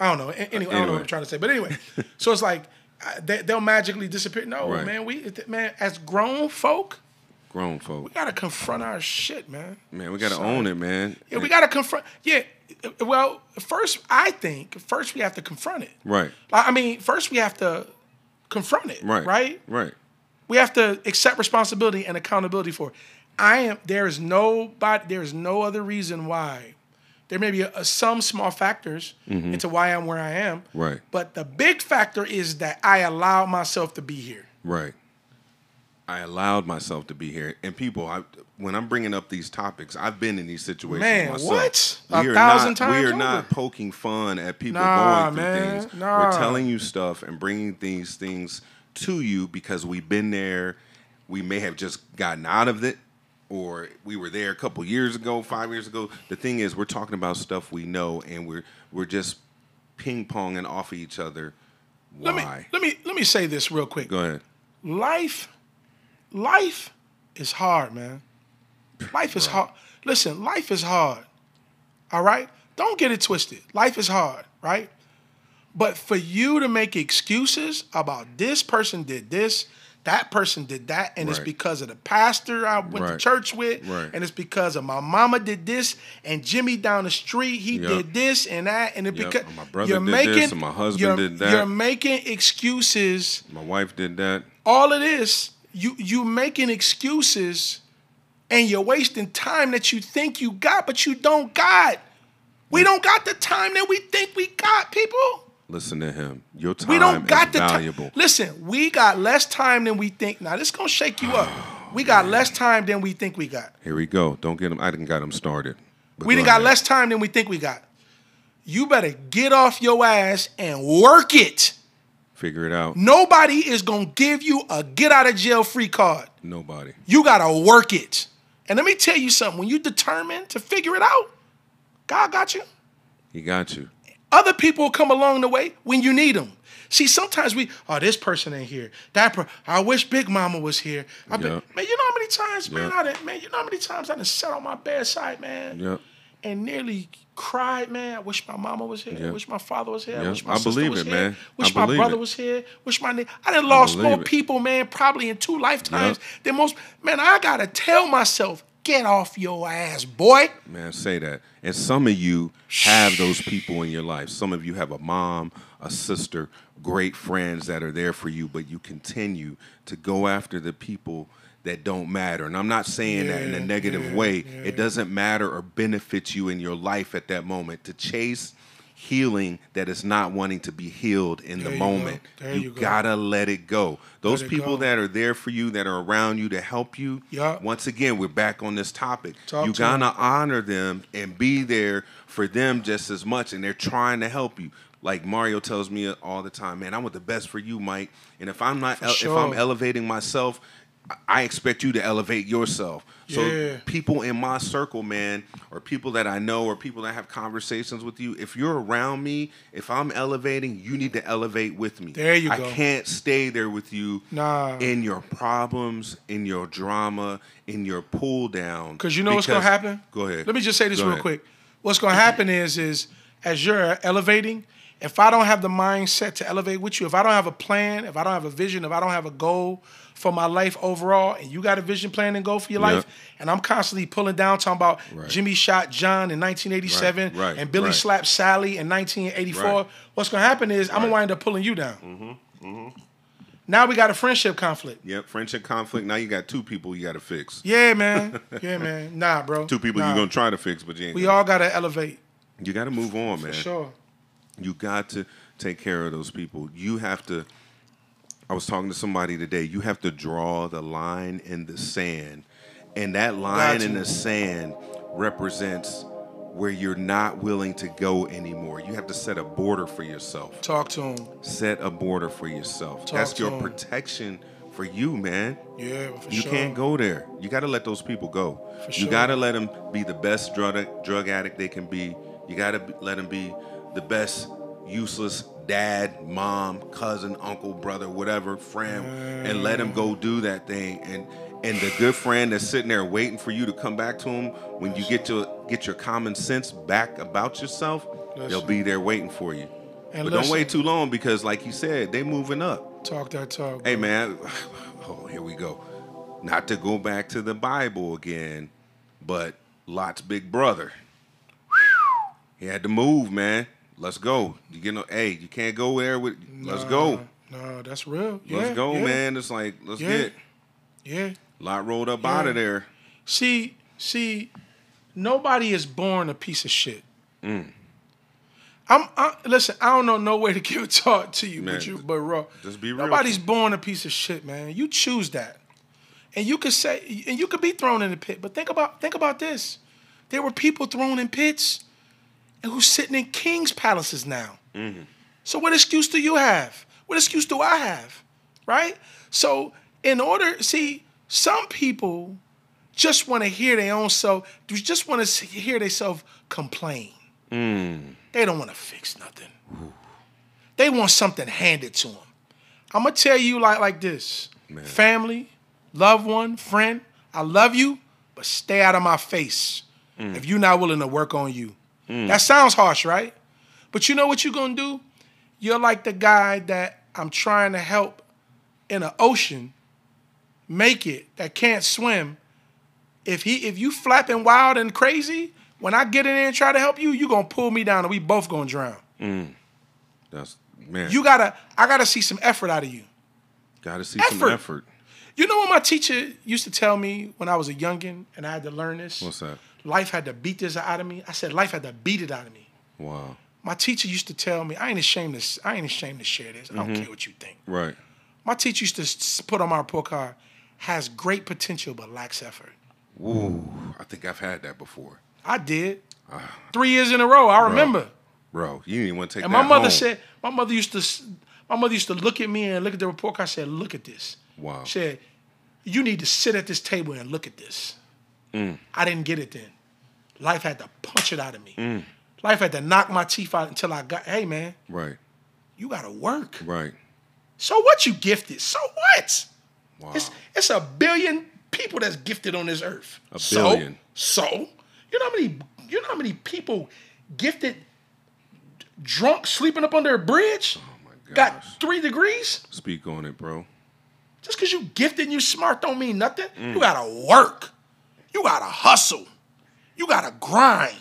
Speaker 2: I don't know. Anyway,
Speaker 1: Uh,
Speaker 2: I don't know
Speaker 1: Anyway.
Speaker 2: what I'm trying to say.
Speaker 1: [LAUGHS]
Speaker 2: But anyway, so it's like I- they, they'll magically disappear. No,
Speaker 1: Right.
Speaker 2: man. We man, as grown folk,
Speaker 1: Grown folk,
Speaker 2: we gotta confront our shit, man.
Speaker 1: man, we gotta own it, man.
Speaker 2: Yeah, we gotta confront. Yeah, well, first I think first we have to confront it.
Speaker 1: Right,
Speaker 2: Like, I mean, first we have to confront it.
Speaker 1: right,
Speaker 2: Right.
Speaker 1: right.
Speaker 2: We have to accept responsibility and accountability for. It. I am. There is nobody. There is no other reason why. There may be a, some small factors into why I'm where I am.
Speaker 1: Mm-hmm. Right.
Speaker 2: But the big factor is that I allow myself to be here.
Speaker 1: Right. I allowed myself to be here, and people. I when I'm bringing up these topics, I've been in these situations
Speaker 2: Man,
Speaker 1: myself.
Speaker 2: what? A
Speaker 1: We are
Speaker 2: thousand
Speaker 1: not,
Speaker 2: times
Speaker 1: We are
Speaker 2: over.
Speaker 1: not poking fun at people
Speaker 2: Nah,
Speaker 1: going through
Speaker 2: man.
Speaker 1: things.
Speaker 2: Nah.
Speaker 1: We're telling you stuff and bringing these things to you because we've been there. We may have just gotten out of it, or we were there a couple years ago, five years ago. The thing is, we're talking about stuff we know, and we're we're just ping ponging off of each other. Why?
Speaker 2: Let me let me let me say this real quick.
Speaker 1: Go ahead.
Speaker 2: life life is hard man life is hard listen life is hard all right don't get it twisted life is hard right but for you to make excuses about this person did this that person did that and it's
Speaker 1: Right.
Speaker 2: because of the pastor i went to
Speaker 1: Right.
Speaker 2: church with
Speaker 1: Right.
Speaker 2: and it's because of my mama did this and jimmy down the street he
Speaker 1: Yep.
Speaker 2: did this and that and it
Speaker 1: Yep.
Speaker 2: because
Speaker 1: My brother did this, and my husband
Speaker 2: you're-
Speaker 1: did that.
Speaker 2: you're making excuses
Speaker 1: My wife did that.
Speaker 2: all of this, you you making excuses and you're wasting time that you think you got, but you don't got. We don't got the time that we think we got, people.
Speaker 1: Listen to him. Your time
Speaker 2: We don't got
Speaker 1: is
Speaker 2: the
Speaker 1: valuable.
Speaker 2: time. Listen, we got less time than we think. Now this gonna shake you
Speaker 1: [SIGHS]
Speaker 2: up. We got less time than we think we got.
Speaker 1: Here we go. Don't get him. I didn't got him started. But
Speaker 2: We
Speaker 1: go
Speaker 2: didn't got
Speaker 1: ahead.
Speaker 2: less time than we think we got. You better get off your ass and work it.
Speaker 1: Figure it out.
Speaker 2: Nobody is gonna give you a get out of jail free card.
Speaker 1: Nobody.
Speaker 2: You gotta work it. And let me tell you something. When you determine to figure it out, God got you.
Speaker 1: He got you.
Speaker 2: Other people will come along the way when you need them. See, sometimes we, oh, this person ain't here. That per- I wish Big Mama was here. I been,
Speaker 1: Yep.
Speaker 2: man, you know how many times, man,
Speaker 1: Yep.
Speaker 2: I done, man, you know how many times I done sat on my bedside, man,
Speaker 1: Yep.
Speaker 2: and nearly cried, man. I wish my mama was here. I
Speaker 1: Yep.
Speaker 2: wish my father was here.
Speaker 1: Yep.
Speaker 2: I wish my
Speaker 1: I
Speaker 2: sister
Speaker 1: believe
Speaker 2: was
Speaker 1: it,
Speaker 2: here.
Speaker 1: man. I
Speaker 2: Wish my
Speaker 1: believe
Speaker 2: brother
Speaker 1: it.
Speaker 2: was here. Wish my nigga. I done lost
Speaker 1: believe
Speaker 2: more
Speaker 1: it.
Speaker 2: people, man, probably in two lifetimes than most. Man, I gotta tell myself, get off your ass, boy.
Speaker 1: Man, say that. And some of you have those people in your life. Some of you have a mom, a sister, great friends that are there for you, but you continue to go after the people that don't matter. And I'm not saying that in a negative way. It doesn't matter or benefit you in your life at that moment to chase healing that is not wanting to be healed in the
Speaker 2: There you go.
Speaker 1: moment.
Speaker 2: There you go.
Speaker 1: gotta let it go. Those
Speaker 2: it
Speaker 1: people
Speaker 2: go.
Speaker 1: that are there for you, that are around you to help you.
Speaker 2: Yeah.
Speaker 1: Once again, we're back on this topic
Speaker 2: Talk
Speaker 1: you
Speaker 2: to 'em.
Speaker 1: gotta honor them and be there for them just as much, and they're trying to help you. Like Mario tells me all the time, man, I want the best for you, Mike. And if I'm not, ele- if I'm
Speaker 2: sure.
Speaker 1: elevating myself, I- I expect you to elevate yourself. So
Speaker 2: Yeah.
Speaker 1: people in my circle, man, or people that I know, or people that have conversations with you, if you're around me, if I'm elevating, you need to elevate with me.
Speaker 2: There you
Speaker 1: I
Speaker 2: go.
Speaker 1: can't stay there with you
Speaker 2: Nah.
Speaker 1: in your problems, in your drama, in your pull down.
Speaker 2: Because you know what's gonna
Speaker 1: Because-
Speaker 2: happen?
Speaker 1: Go ahead.
Speaker 2: Let me just say this
Speaker 1: Go
Speaker 2: real
Speaker 1: ahead.
Speaker 2: quick. What's gonna happen is, is as you're elevating if I don't have the mindset to elevate with you, if I don't have a plan, if I don't have a vision, if I don't have a goal for my life overall, and you got a vision, plan, and goal for your
Speaker 1: Yeah.
Speaker 2: life, and I'm constantly pulling down talking about
Speaker 1: Right.
Speaker 2: Jimmy shot John in 1987
Speaker 1: Right, right,
Speaker 2: and Billy
Speaker 1: right.
Speaker 2: slapped Sally in 1984,
Speaker 1: Right.
Speaker 2: what's gonna happen is I'm
Speaker 1: Right.
Speaker 2: gonna
Speaker 1: Mm-hmm.
Speaker 2: wind up pulling you down. Now we got a friendship conflict.
Speaker 1: Yep, friendship conflict. Now you got two people you got to fix. [LAUGHS]
Speaker 2: Yeah, man. Yeah, man. Nah, bro.
Speaker 1: Two people
Speaker 2: Nah.
Speaker 1: you're gonna try to fix, but you ain't.
Speaker 2: We
Speaker 1: gonna-
Speaker 2: all gotta elevate.
Speaker 1: you got to move on, man.
Speaker 2: Sure.
Speaker 1: You got to take care of those people. You have to. I was talking to somebody today. You have to draw the line in the sand, and that line in
Speaker 2: you.
Speaker 1: the sand represents where you're not willing to go anymore. You have to set a border for yourself.
Speaker 2: Talk to him.
Speaker 1: Set a border for yourself. That's
Speaker 2: to
Speaker 1: your
Speaker 2: 'em.
Speaker 1: protection for you, man.
Speaker 2: Yeah, for
Speaker 1: You
Speaker 2: sure.
Speaker 1: can't go there. You got to let those people go.
Speaker 2: For
Speaker 1: You
Speaker 2: sure.
Speaker 1: got to let them be the best drug drug addict they can be. You got to let them be the best useless dad, mom, cousin, uncle, brother, whatever, friend, and let them go do that thing. And and the good friend that's sitting there waiting for you to come back to him when you get to get your common sense back about yourself, they'll
Speaker 2: Listen.
Speaker 1: be there waiting for you.
Speaker 2: And
Speaker 1: but don't
Speaker 2: listen.
Speaker 1: wait too long because, like you said, they moving up.
Speaker 2: Talk that talk.
Speaker 1: Hey man, [SIGHS] oh here we go. Not to go back to the Bible again, but Lot's big brother. He had to move, man. Let's go. You get no hey, you can't go there with let's go.
Speaker 2: No, that's real. Yeah,
Speaker 1: let's go,
Speaker 2: yeah,
Speaker 1: man. It's like let's
Speaker 2: Yeah.
Speaker 1: get
Speaker 2: Yeah.
Speaker 1: Lot rolled up out
Speaker 2: Yeah.
Speaker 1: of there.
Speaker 2: See, see, nobody is born a piece of shit.
Speaker 1: Mm.
Speaker 2: I'm I, listen. I don't know no way to [LAUGHS] give it to, to you,
Speaker 1: Man,
Speaker 2: but you, but raw.
Speaker 1: just be real.
Speaker 2: Nobody's born a piece of shit, man. You choose that, and you could say, and you could be thrown in the pit. But think about, think about this. There were people thrown in pits, and who's sitting in kings' palaces now.
Speaker 1: Mm-hmm.
Speaker 2: So what excuse do you have? What excuse do I have? Right? So in order, see, some people just want to hear their own self, they just want to hear themselves complain.
Speaker 1: Mm.
Speaker 2: They don't want to fix nothing. They want something handed to them. I'm gonna tell you like like this: family, loved one, friend. I love you, but stay out of my face if you're not willing to work on you. That sounds harsh, right? But you know what you're gonna do? You're like the guy that I'm trying to help in an ocean make it that can't swim. If he if you flapping wild and crazy, when I get in there and try to help you, you're gonna pull me down and we both gonna drown.
Speaker 1: That's man.
Speaker 2: You gotta I gotta see some effort out of you.
Speaker 1: gotta see some
Speaker 2: effort.
Speaker 1: effort.
Speaker 2: You know what my teacher used to tell me when I was a youngin' and I had to learn this?
Speaker 1: What's that?
Speaker 2: Life had to beat this out of me. I said life had to beat it out of me.
Speaker 1: Wow.
Speaker 2: My teacher used to tell me, I ain't ashamed to I ain't ashamed to share this. I don't
Speaker 1: Mm-hmm.
Speaker 2: care what you think.
Speaker 1: Right.
Speaker 2: My teacher used to s- put on my report card, has great potential but lacks effort.
Speaker 1: Ooh. I think I've had that before.
Speaker 2: I did.
Speaker 1: Ah.
Speaker 2: Three years in a row, I remember.
Speaker 1: Bro, you didn't even want to take
Speaker 2: And
Speaker 1: that
Speaker 2: my mother
Speaker 1: home.
Speaker 2: said, my mother used to, s- my mother used to look at me and look at the report card. Said, look at this.
Speaker 1: Wow.
Speaker 2: Said, you need to sit at this table and look at this.
Speaker 1: Mm.
Speaker 2: I didn't get it then. Life had to punch it out of me.
Speaker 1: Mm.
Speaker 2: Life had to knock my teeth out until I got. Hey man,
Speaker 1: Right,
Speaker 2: you gotta work.
Speaker 1: right.
Speaker 2: So what? You gifted. So what?
Speaker 1: Wow.
Speaker 2: It's it's a billion people that's gifted on this earth.
Speaker 1: A billion.
Speaker 2: So, so you know how many you know how many people gifted drunk sleeping up under a bridge
Speaker 1: oh my gosh.
Speaker 2: got three degrees?
Speaker 1: Speak on it, bro.
Speaker 2: Just because you gifted and you smart don't mean nothing. You gotta work. You gotta hustle. You gotta grind.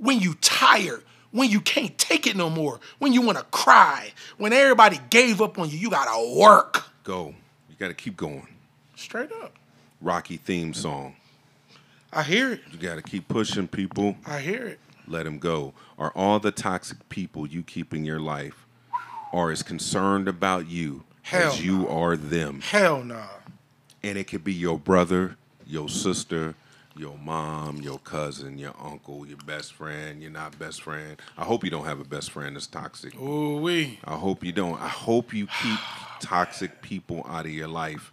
Speaker 2: When you tired, when you can't take it no more, when you wanna cry, when everybody gave up on you, you gotta work.
Speaker 1: Go. You got to keep going.
Speaker 2: Straight up.
Speaker 1: Rocky theme song.
Speaker 2: I hear it.
Speaker 1: You got to keep pushing people.
Speaker 2: I hear it.
Speaker 1: Let them go. Are all the toxic people you keep in your life are as concerned about you
Speaker 2: Hell
Speaker 1: as you are them?
Speaker 2: Hell no.
Speaker 1: And it could be your brother, your sister, your mom, your cousin, your uncle, your best friend, your not best friend. I hope you don't have a best friend that's toxic.
Speaker 2: Ooh wee.
Speaker 1: I hope you don't. I hope you
Speaker 2: [SIGHS]
Speaker 1: keep toxic people out of your life.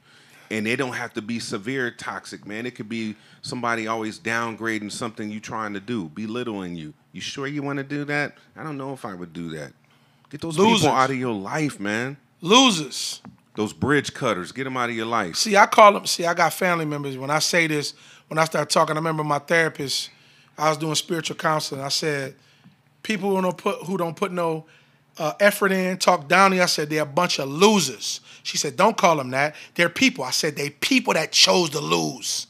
Speaker 1: And they don't have to be severe toxic, man. It could be somebody always downgrading something you trying to do, belittling you. You sure you want to do that? I don't know if I would do that. Get those
Speaker 2: Losers.
Speaker 1: people out of your life, man.
Speaker 2: Losers.
Speaker 1: Those bridge cutters, get them out of your life.
Speaker 2: See, I call them. See, I got family members. When I say this, when I start talking, I remember my therapist. I was doing spiritual counseling. I said, people who don't put who don't put no uh, effort in, talked down to you. I said, they're a bunch of losers. She said, don't call them that. They're people. I said, they people that chose to lose.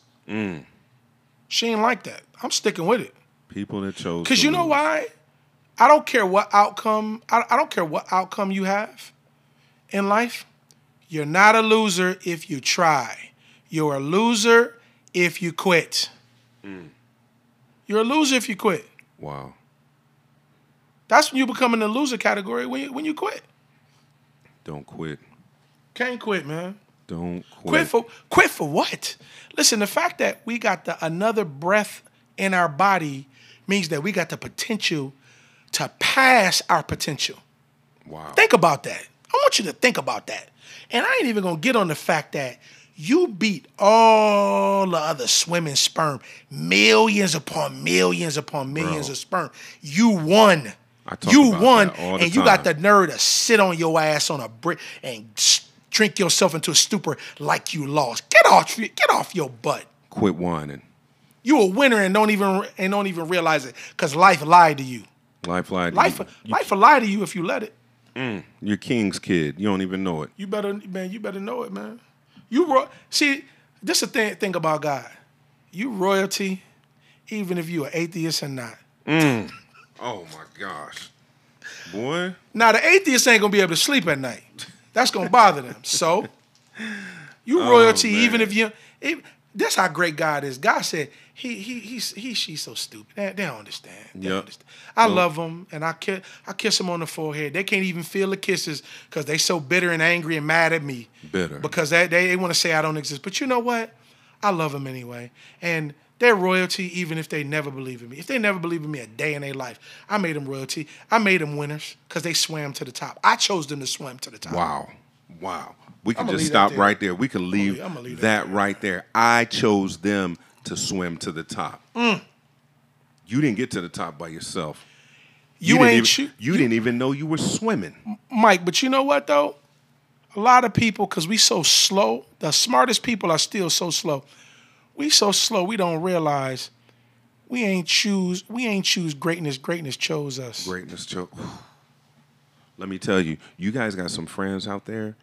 Speaker 2: She ain't like that. I'm sticking with it.
Speaker 1: People that chose.
Speaker 2: Because
Speaker 1: to
Speaker 2: you know
Speaker 1: lose.
Speaker 2: why? I don't care what outcome, I, I don't care what outcome you have in life. You're not a loser if you try. You're a loser if you quit. You're a loser if you quit.
Speaker 1: Wow.
Speaker 2: That's when you become in the loser category when you, when you quit.
Speaker 1: Don't quit.
Speaker 2: Can't quit, man.
Speaker 1: Don't quit.
Speaker 2: Quit for quit for what? Listen, the fact that we got the another breath in our body means that we got the potential to pass our potential.
Speaker 1: wow.
Speaker 2: Think about that. I want you to think about that. And I ain't even gonna get on the fact that you beat all the other swimming sperm, millions upon millions upon millions
Speaker 1: Bro.
Speaker 2: of sperm. You won.
Speaker 1: I talk
Speaker 2: you
Speaker 1: about
Speaker 2: won,
Speaker 1: that all the
Speaker 2: and you got the
Speaker 1: time.
Speaker 2: nerve to sit on your ass on a brick and s- drink yourself into a stupor like you lost. Get off, your- get off your butt.
Speaker 1: quit whining.
Speaker 2: You a winner and don't even and don't even realize it because life lied to you.
Speaker 1: Life lied. to
Speaker 2: Life,
Speaker 1: you.
Speaker 2: life will lie to you if you let it.
Speaker 1: You're King's kid. You don't even know it.
Speaker 2: You better, man. You better know it, man. You ro- see, this is the thing, thing about God. You royalty, even if you are atheist and not.
Speaker 1: Oh my gosh. Boy.
Speaker 2: Now the atheists ain't gonna be able to sleep at night. That's gonna bother them. [LAUGHS] So you royalty, even
Speaker 1: man.
Speaker 2: if you. It, that's how great God is. God said he he he he she's so stupid. They, they don't understand. They
Speaker 1: Yep.
Speaker 2: don't understand. I love them and I kiss I kiss them on the forehead. They can't even feel the kisses because they so bitter and angry and mad at me.
Speaker 1: Bitter.
Speaker 2: because they they, want to say I don't exist. But you know what? I love them anyway, and they're royalty even if they never believe in me. If they never believe in me a day in their life, I made them royalty. I made them winners because they swam to the top. I chose them to swim to the top.
Speaker 1: Wow. Wow. We could
Speaker 2: I'ma
Speaker 1: just
Speaker 2: leave that
Speaker 1: stop
Speaker 2: there.
Speaker 1: right there. We could leave,
Speaker 2: leave- I'ma leave
Speaker 1: that
Speaker 2: that
Speaker 1: right there. I chose them to swim to the top.
Speaker 2: Mm.
Speaker 1: You didn't get to the top by yourself.
Speaker 2: You,
Speaker 1: didn't
Speaker 2: ain't
Speaker 1: even,
Speaker 2: you,
Speaker 1: you didn't even know you were swimming.
Speaker 2: Mike. But you know what though? A lot of people, because we so slow. The smartest people are still so slow. We so slow. We don't realize we ain't choose. We ain't choose greatness. Greatness chose us.
Speaker 1: Greatness choke. [SIGHS] Let me tell you, you guys got some friends out there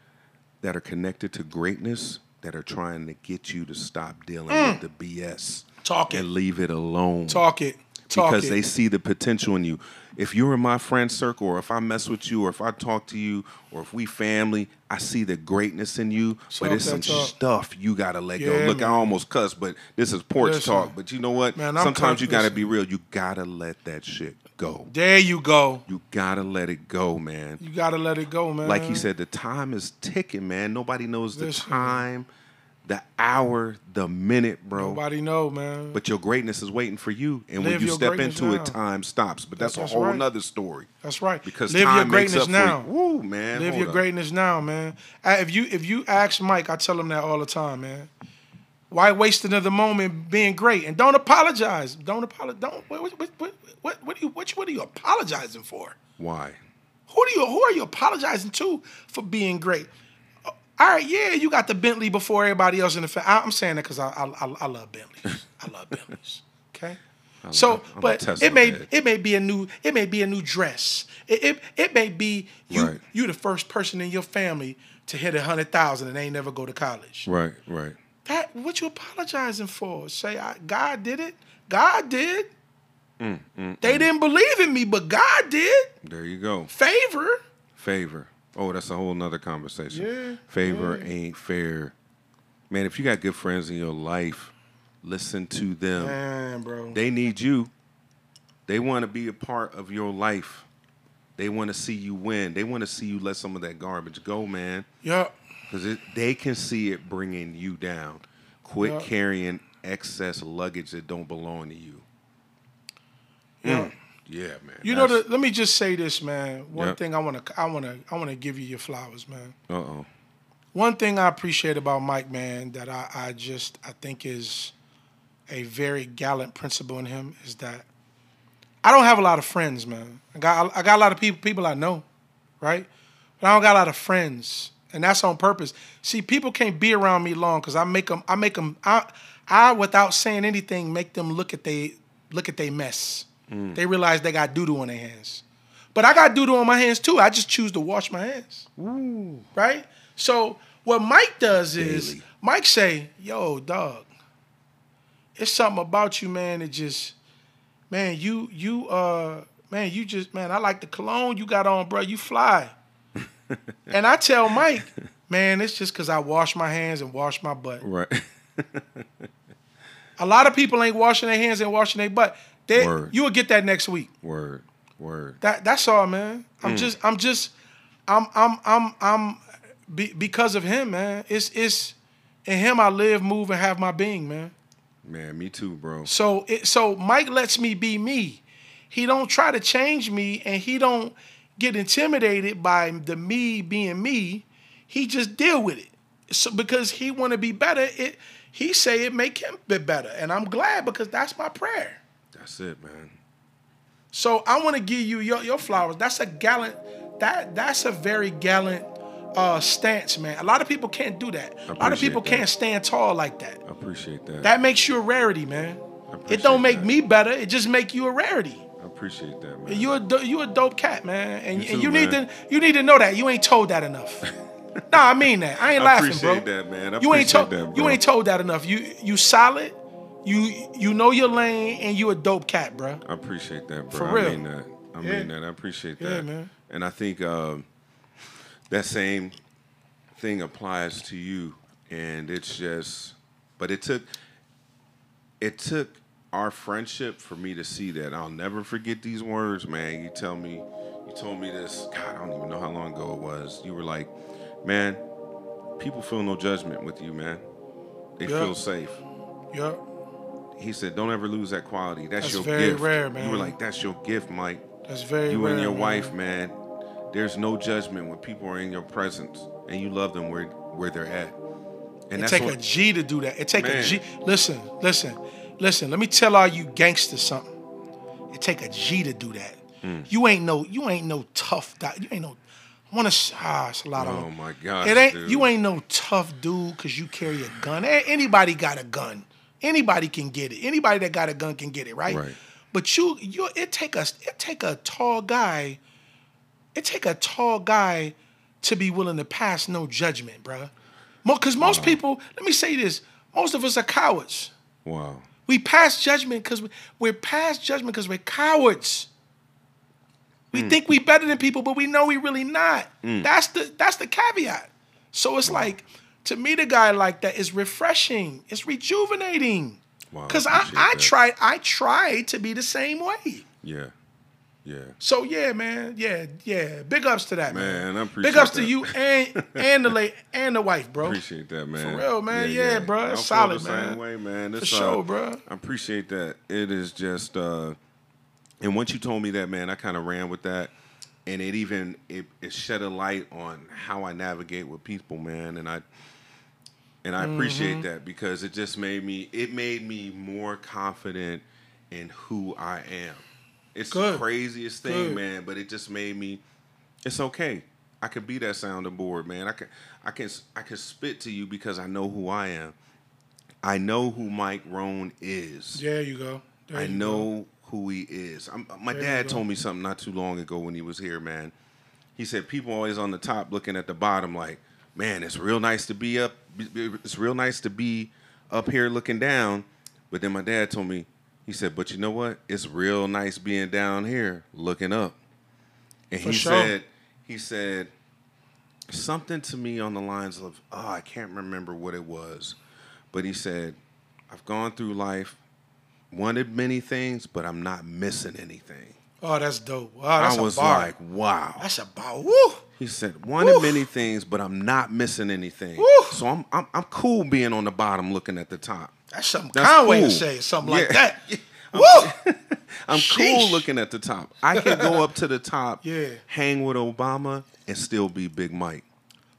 Speaker 1: that are connected to greatness that are trying to get you to stop dealing with the BS
Speaker 2: Mm. Talk it.
Speaker 1: and leave it alone.
Speaker 2: Talk it. Talk
Speaker 1: because
Speaker 2: it.
Speaker 1: they see the potential in you. If you're in my friend circle, or if I mess with you, or if I talk to you, or if we family, I see the greatness in you.
Speaker 2: Talk
Speaker 1: but it's
Speaker 2: that
Speaker 1: some
Speaker 2: talk.
Speaker 1: stuff you gotta let go.
Speaker 2: Yeah,
Speaker 1: Look,
Speaker 2: man.
Speaker 1: I almost cussed, but this is porch
Speaker 2: Listen.
Speaker 1: talk. But you know what?
Speaker 2: Man, I'm
Speaker 1: Sometimes
Speaker 2: cuss-
Speaker 1: you gotta
Speaker 2: listen.
Speaker 1: be real. You gotta let that shit go.
Speaker 2: there you go.
Speaker 1: You gotta let it go, man.
Speaker 2: You gotta let it go, man.
Speaker 1: Like he said, the time is ticking, man. Nobody knows the
Speaker 2: Listen.
Speaker 1: time, the hour, the minute, bro.
Speaker 2: nobody know, man.
Speaker 1: But your greatness is waiting for you. And when
Speaker 2: Live
Speaker 1: you
Speaker 2: your
Speaker 1: step
Speaker 2: greatness
Speaker 1: into
Speaker 2: now.
Speaker 1: it, time stops. But that's,
Speaker 2: That's
Speaker 1: a whole
Speaker 2: right.
Speaker 1: nother story.
Speaker 2: that's right.
Speaker 1: Because
Speaker 2: live
Speaker 1: time
Speaker 2: your
Speaker 1: makes
Speaker 2: greatness
Speaker 1: up
Speaker 2: now.
Speaker 1: for you. Woo, man.
Speaker 2: Live
Speaker 1: hold
Speaker 2: your
Speaker 1: up.
Speaker 2: greatness now, man. I, if you if you ask Mike, I tell him that all the time, man. Why waste another moment being great? And don't apologize. Don't apologize. Don't what what, what what what are you what, you- what are you apologizing for?
Speaker 1: Why?
Speaker 2: Who do you who are you apologizing to for being great? Uh, All right, yeah, you got the Bentley before everybody else in the family. I'm saying that because I, I I I love Bentleys. I love Bentleys. [LAUGHS] Okay.
Speaker 1: I'm
Speaker 2: So,
Speaker 1: a
Speaker 2: but
Speaker 1: Tesla
Speaker 2: it may
Speaker 1: head.
Speaker 2: it may be a new it may be a new dress. It it, it may be you
Speaker 1: Right.
Speaker 2: you the first person in your family to hit a hundred thousand and they ain't never go to college.
Speaker 1: Right, right.
Speaker 2: That what you apologizing for? Say I, God did it. God did.
Speaker 1: Mm,
Speaker 2: they didn't believe in me, but God did.
Speaker 1: There you go.
Speaker 2: Favor.
Speaker 1: Favor. Oh, that's a whole nother conversation.
Speaker 2: Yeah,
Speaker 1: Favor ain't fair. Man, if you got good friends in your life, listen to them.
Speaker 2: Man, bro.
Speaker 1: They need you. They want to be a part of your life. They want to see you win. They want to see you let some of that garbage go, man.
Speaker 2: Yup.
Speaker 1: because they can see it bringing you down. Quit
Speaker 2: Yeah.
Speaker 1: carrying excess luggage that don't belong to you. Mm.
Speaker 2: Yeah.
Speaker 1: Yeah, man.
Speaker 2: You know, the, let me just say this, man. One
Speaker 1: Yep.
Speaker 2: thing I want to, I want to, I want to give you your flowers, man.
Speaker 1: Uh oh.
Speaker 2: One thing I appreciate about Mike, man, that I, I just, I think is a very gallant principle in him is that I don't have a lot of friends, man. I got, I got a lot of people, people I know, right? But I don't got a lot of friends, and that's on purpose. See, people can't be around me long because I make them, I make them, I, I without saying anything, make them look at they, look at they mess. They realize they got doo doo on their hands. But I got doodle on my hands too. I just choose to wash my hands. Right? So what Mike does is
Speaker 1: Daily.
Speaker 2: Mike say, "Yo, dog, it's something about you, man. It just, man, you you uh, man, you just man. I like the cologne you got on, bro.
Speaker 1: [LAUGHS]
Speaker 2: You fly." and I tell Mike, "Man, it's just cause I wash my hands and wash my butt.
Speaker 1: Right. [LAUGHS]
Speaker 2: A lot of people ain't washing their hands and washing their butt. They,
Speaker 1: Word.
Speaker 2: you will get that next week."
Speaker 1: Word. Word.
Speaker 2: That that's all, man. I'm just I'm just I'm I'm I'm I'm be, because of him, man. It's it's in him I live, move, and have my being, man.
Speaker 1: Man, me too, bro.
Speaker 2: So it so Mike lets me be me. He don't try to change me, and he don't get intimidated by the me being me. He just deal with it. So because he want to be better, it he say it make him be better, and I'm glad because that's my prayer.
Speaker 1: That's it, man.
Speaker 2: So I want to give you your, your flowers. That's a gallant. That that's a very gallant uh, stance, man. A lot of people can't do that. A lot of
Speaker 1: appreciate
Speaker 2: people
Speaker 1: that.
Speaker 2: can't stand tall like that.
Speaker 1: I appreciate that.
Speaker 2: That makes you a rarity, man.
Speaker 1: appreciate
Speaker 2: It don't make
Speaker 1: that.
Speaker 2: me better. It just make you a rarity.
Speaker 1: I appreciate that, man.
Speaker 2: You a do- you a dope cat, man. And
Speaker 1: You
Speaker 2: you,
Speaker 1: too,
Speaker 2: and you need
Speaker 1: man.
Speaker 2: to you need to know that. You ain't told
Speaker 1: [LAUGHS]
Speaker 2: that enough. nah, I mean that. I ain't
Speaker 1: I
Speaker 2: laughing, bro.
Speaker 1: appreciate that, man. I
Speaker 2: You
Speaker 1: appreciate
Speaker 2: ain't told
Speaker 1: that,
Speaker 2: you
Speaker 1: bro.
Speaker 2: ain't told that enough. You you solid. You you know your lane, and you a dope cat, bro.
Speaker 1: I appreciate that, bro.
Speaker 2: For
Speaker 1: I
Speaker 2: real.
Speaker 1: mean that. I
Speaker 2: Yeah.
Speaker 1: mean that. I appreciate that.
Speaker 2: Yeah, man.
Speaker 1: And I think um, that same thing applies to you. And it's just, but it took, it took our friendship for me to see that. I'll never forget these words, man. You tell me, you told me this. God, I don't even know how long ago it was. You were like, man, people feel no judgment with you, man. They
Speaker 2: Yeah.
Speaker 1: feel safe
Speaker 2: Yup.
Speaker 1: he said, "Don't ever lose that quality. That's,
Speaker 2: That's
Speaker 1: your
Speaker 2: very
Speaker 1: gift."
Speaker 2: rare,
Speaker 1: You were
Speaker 2: man.
Speaker 1: like, "That's your gift, Mike.
Speaker 2: That's very
Speaker 1: you
Speaker 2: rare,
Speaker 1: and your
Speaker 2: man.
Speaker 1: wife, man. There's no judgment when people are in your presence, and you love them where where they're at." And
Speaker 2: It
Speaker 1: that's
Speaker 2: take
Speaker 1: what,
Speaker 2: a G to do that. It take
Speaker 1: Man.
Speaker 2: a G. Listen, listen, listen. Let me tell all you gangsters something. It take a G to do that.
Speaker 1: Hmm.
Speaker 2: You ain't no, you ain't no tough. doc- You ain't no. I want to. Ah, it's a lot of.
Speaker 1: Oh
Speaker 2: them.
Speaker 1: my gosh,
Speaker 2: It ain't.
Speaker 1: dude.
Speaker 2: You ain't no tough dude because you carry a gun. A- Anybody got a gun. Anybody can get it. Anybody that got a gun can get it, right?
Speaker 1: Right.
Speaker 2: But you, you. It take us. It take a tall guy. It take a tall guy to be willing to pass no judgment, bruh. Because most people, let me say this, most of us are cowards.
Speaker 1: wow.
Speaker 2: We pass judgment because we, we're past judgment because we're cowards.
Speaker 1: Hmm.
Speaker 2: We think we better than people, but we know we really not. That's the that's the caveat. So it's like to meet a guy like that is refreshing. It's rejuvenating.
Speaker 1: Wow, Oh, I
Speaker 2: Because I,
Speaker 1: appreciate
Speaker 2: I
Speaker 1: that.
Speaker 2: try I try to be the same way.
Speaker 1: Yeah, yeah.
Speaker 2: So yeah, man, yeah, yeah. Big ups to that, man.
Speaker 1: Man, I appreciate
Speaker 2: Big ups to
Speaker 1: that.
Speaker 2: you and and
Speaker 1: [LAUGHS]
Speaker 2: the late and the wife, bro.
Speaker 1: Appreciate that, man.
Speaker 2: real, man. Yeah, bruh,
Speaker 1: I
Speaker 2: it's
Speaker 1: feel
Speaker 2: solid,
Speaker 1: the
Speaker 2: man.
Speaker 1: Same way, man. It's,
Speaker 2: sure,
Speaker 1: uh,
Speaker 2: bruh.
Speaker 1: I appreciate that. It is just, uh, and once you told me that, man, I kind of ran with that, and it even it, it shed a light on how I navigate with people, man. And I and I appreciate
Speaker 2: Mm-hmm.
Speaker 1: that because it just made me it made me more confident in who I am. It's the
Speaker 2: Good.
Speaker 1: craziest thing,
Speaker 2: Good.
Speaker 1: man, but it just made me it's okay. I could be that sounding board, man. I can I can I can spit to you because I know who I am. I know who Mike Roan is.
Speaker 2: There you go. There
Speaker 1: I
Speaker 2: you
Speaker 1: know who he is. I'm, my
Speaker 2: you
Speaker 1: dad
Speaker 2: go.
Speaker 1: told me something not too long ago when he was here, man. He said people always on the top looking at the bottom, like, man, it's real nice to be up. It's real nice to be up here looking down. But then my dad told me, he said, but you know what? It's real nice being down here looking up. And
Speaker 2: For
Speaker 1: he
Speaker 2: sure.
Speaker 1: said, he said something to me on the lines of, oh, I can't remember what it was, but he said, I've gone through life, wanted many things, but I'm not missing anything.
Speaker 2: Oh, that's dope. Oh, that's
Speaker 1: I was
Speaker 2: a bar.
Speaker 1: like, wow.
Speaker 2: that's a bar. Woo.
Speaker 1: He said, wanted
Speaker 2: Woo.
Speaker 1: many things, but I'm not missing anything.
Speaker 2: Woo.
Speaker 1: So I'm, I'm I'm cool being on the bottom looking at the
Speaker 2: [LAUGHS]
Speaker 1: top.
Speaker 2: That's something
Speaker 1: That's
Speaker 2: Conway
Speaker 1: cool.
Speaker 2: would say, something like
Speaker 1: Yeah. [LAUGHS]
Speaker 2: that. Woo.
Speaker 1: I'm cool
Speaker 2: Sheesh.
Speaker 1: looking at the top. I can go up to the top,
Speaker 2: [LAUGHS] Yeah.
Speaker 1: hang with Obama, and still be Big Mike.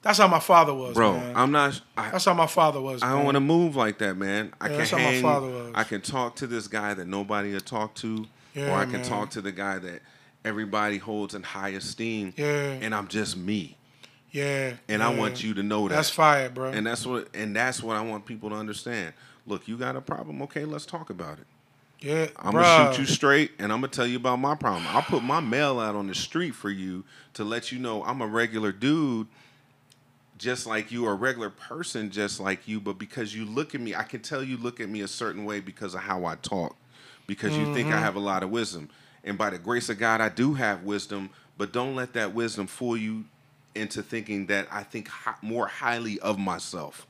Speaker 2: That's how my father was,
Speaker 1: Bro,
Speaker 2: man.
Speaker 1: I'm not I,
Speaker 2: that's how my father was.
Speaker 1: I don't want to move like that, man. I can
Speaker 2: that's how my
Speaker 1: hang.
Speaker 2: father was.
Speaker 1: I can talk to this guy that nobody will talk to, or
Speaker 2: Yeah,
Speaker 1: I can
Speaker 2: man.
Speaker 1: talk to the guy that everybody holds in high esteem.
Speaker 2: Yeah.
Speaker 1: And I'm just me,
Speaker 2: Yeah.
Speaker 1: and I
Speaker 2: yeah.
Speaker 1: want you to know that.
Speaker 2: That's fire, bro.
Speaker 1: And that's what. And that's what I want people to understand. Look, you got a problem. Okay, let's talk about it.
Speaker 2: Yeah,
Speaker 1: I'm
Speaker 2: bruh.
Speaker 1: gonna shoot you straight, and I'm gonna tell you about my problem. I'll put my mail out on the street for you to let you know I'm a regular dude, just like you, or a regular person, just like you. But because you look at me, I can tell you look at me a certain way because of how I talk, because you think I
Speaker 2: Mm-hmm.
Speaker 1: have a lot of wisdom, and by the grace of God, I do have wisdom. But don't let that wisdom fool you into thinking that I think hi- more highly of myself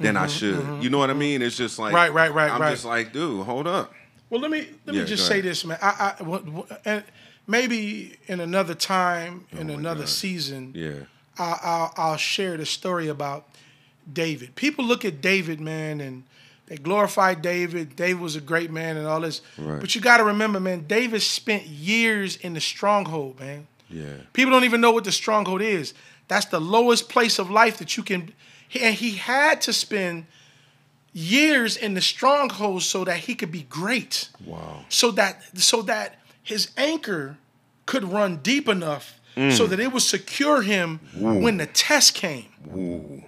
Speaker 1: than I should. You know what I mean? It's just like
Speaker 2: Mm-hmm, Right, right, right,
Speaker 1: I'm
Speaker 2: right.
Speaker 1: just like, dude, hold up.
Speaker 2: Well, let me let
Speaker 1: Yeah,
Speaker 2: me just
Speaker 1: go
Speaker 2: say
Speaker 1: ahead.
Speaker 2: this, man. I, I what, what, and maybe in another time, in
Speaker 1: Oh my
Speaker 2: another
Speaker 1: God.
Speaker 2: season,
Speaker 1: Yeah.
Speaker 2: I, I'll, I'll share the story about David. People look at David, man, and they glorify David. David was a great man and all this.
Speaker 1: Right.
Speaker 2: But you got to remember, man, David spent years in the stronghold, man.
Speaker 1: Yeah.
Speaker 2: People don't even know what the stronghold is. That's the lowest place of life that you can. And he had to spend years in the stronghold so that he could be great
Speaker 1: Wow.
Speaker 2: so that so that his anchor could run deep enough
Speaker 1: Mm.
Speaker 2: so that it would secure him when the test came.
Speaker 1: Ooh.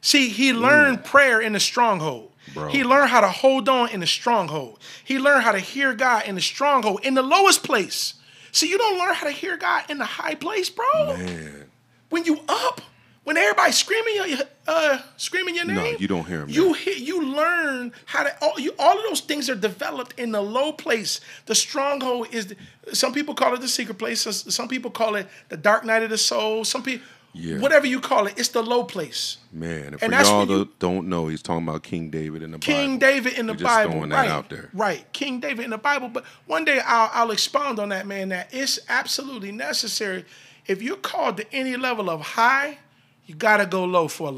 Speaker 2: See, he learned prayer in the stronghold.
Speaker 1: Bro.
Speaker 2: He learned how to hold on in the stronghold. He learned how to hear God in the stronghold in the lowest place. See, you don't learn how to hear God in the high place, bro.
Speaker 1: Man.
Speaker 2: When you up, when everybody's screaming your uh, screaming your name,
Speaker 1: No, you don't hear him.
Speaker 2: you hit, you learn how to all, you, all of those things are developed in the low place. The stronghold is the- some people call it the secret place. some- Some people call it the dark night of the soul. Some people,
Speaker 1: Yeah.
Speaker 2: whatever you call it, it's the low place.
Speaker 1: man. And for
Speaker 2: And that's
Speaker 1: y'all
Speaker 2: when you-
Speaker 1: that don't know, he's talking about King David in the
Speaker 2: King
Speaker 1: Bible.
Speaker 2: David in the
Speaker 1: We're just
Speaker 2: Bible,
Speaker 1: throwing that
Speaker 2: right?
Speaker 1: out there.
Speaker 2: Right, King David in the Bible. But one day I'll, I'll expound on that, man. That it's absolutely necessary. If you're called to any level of high, you gotta go low for a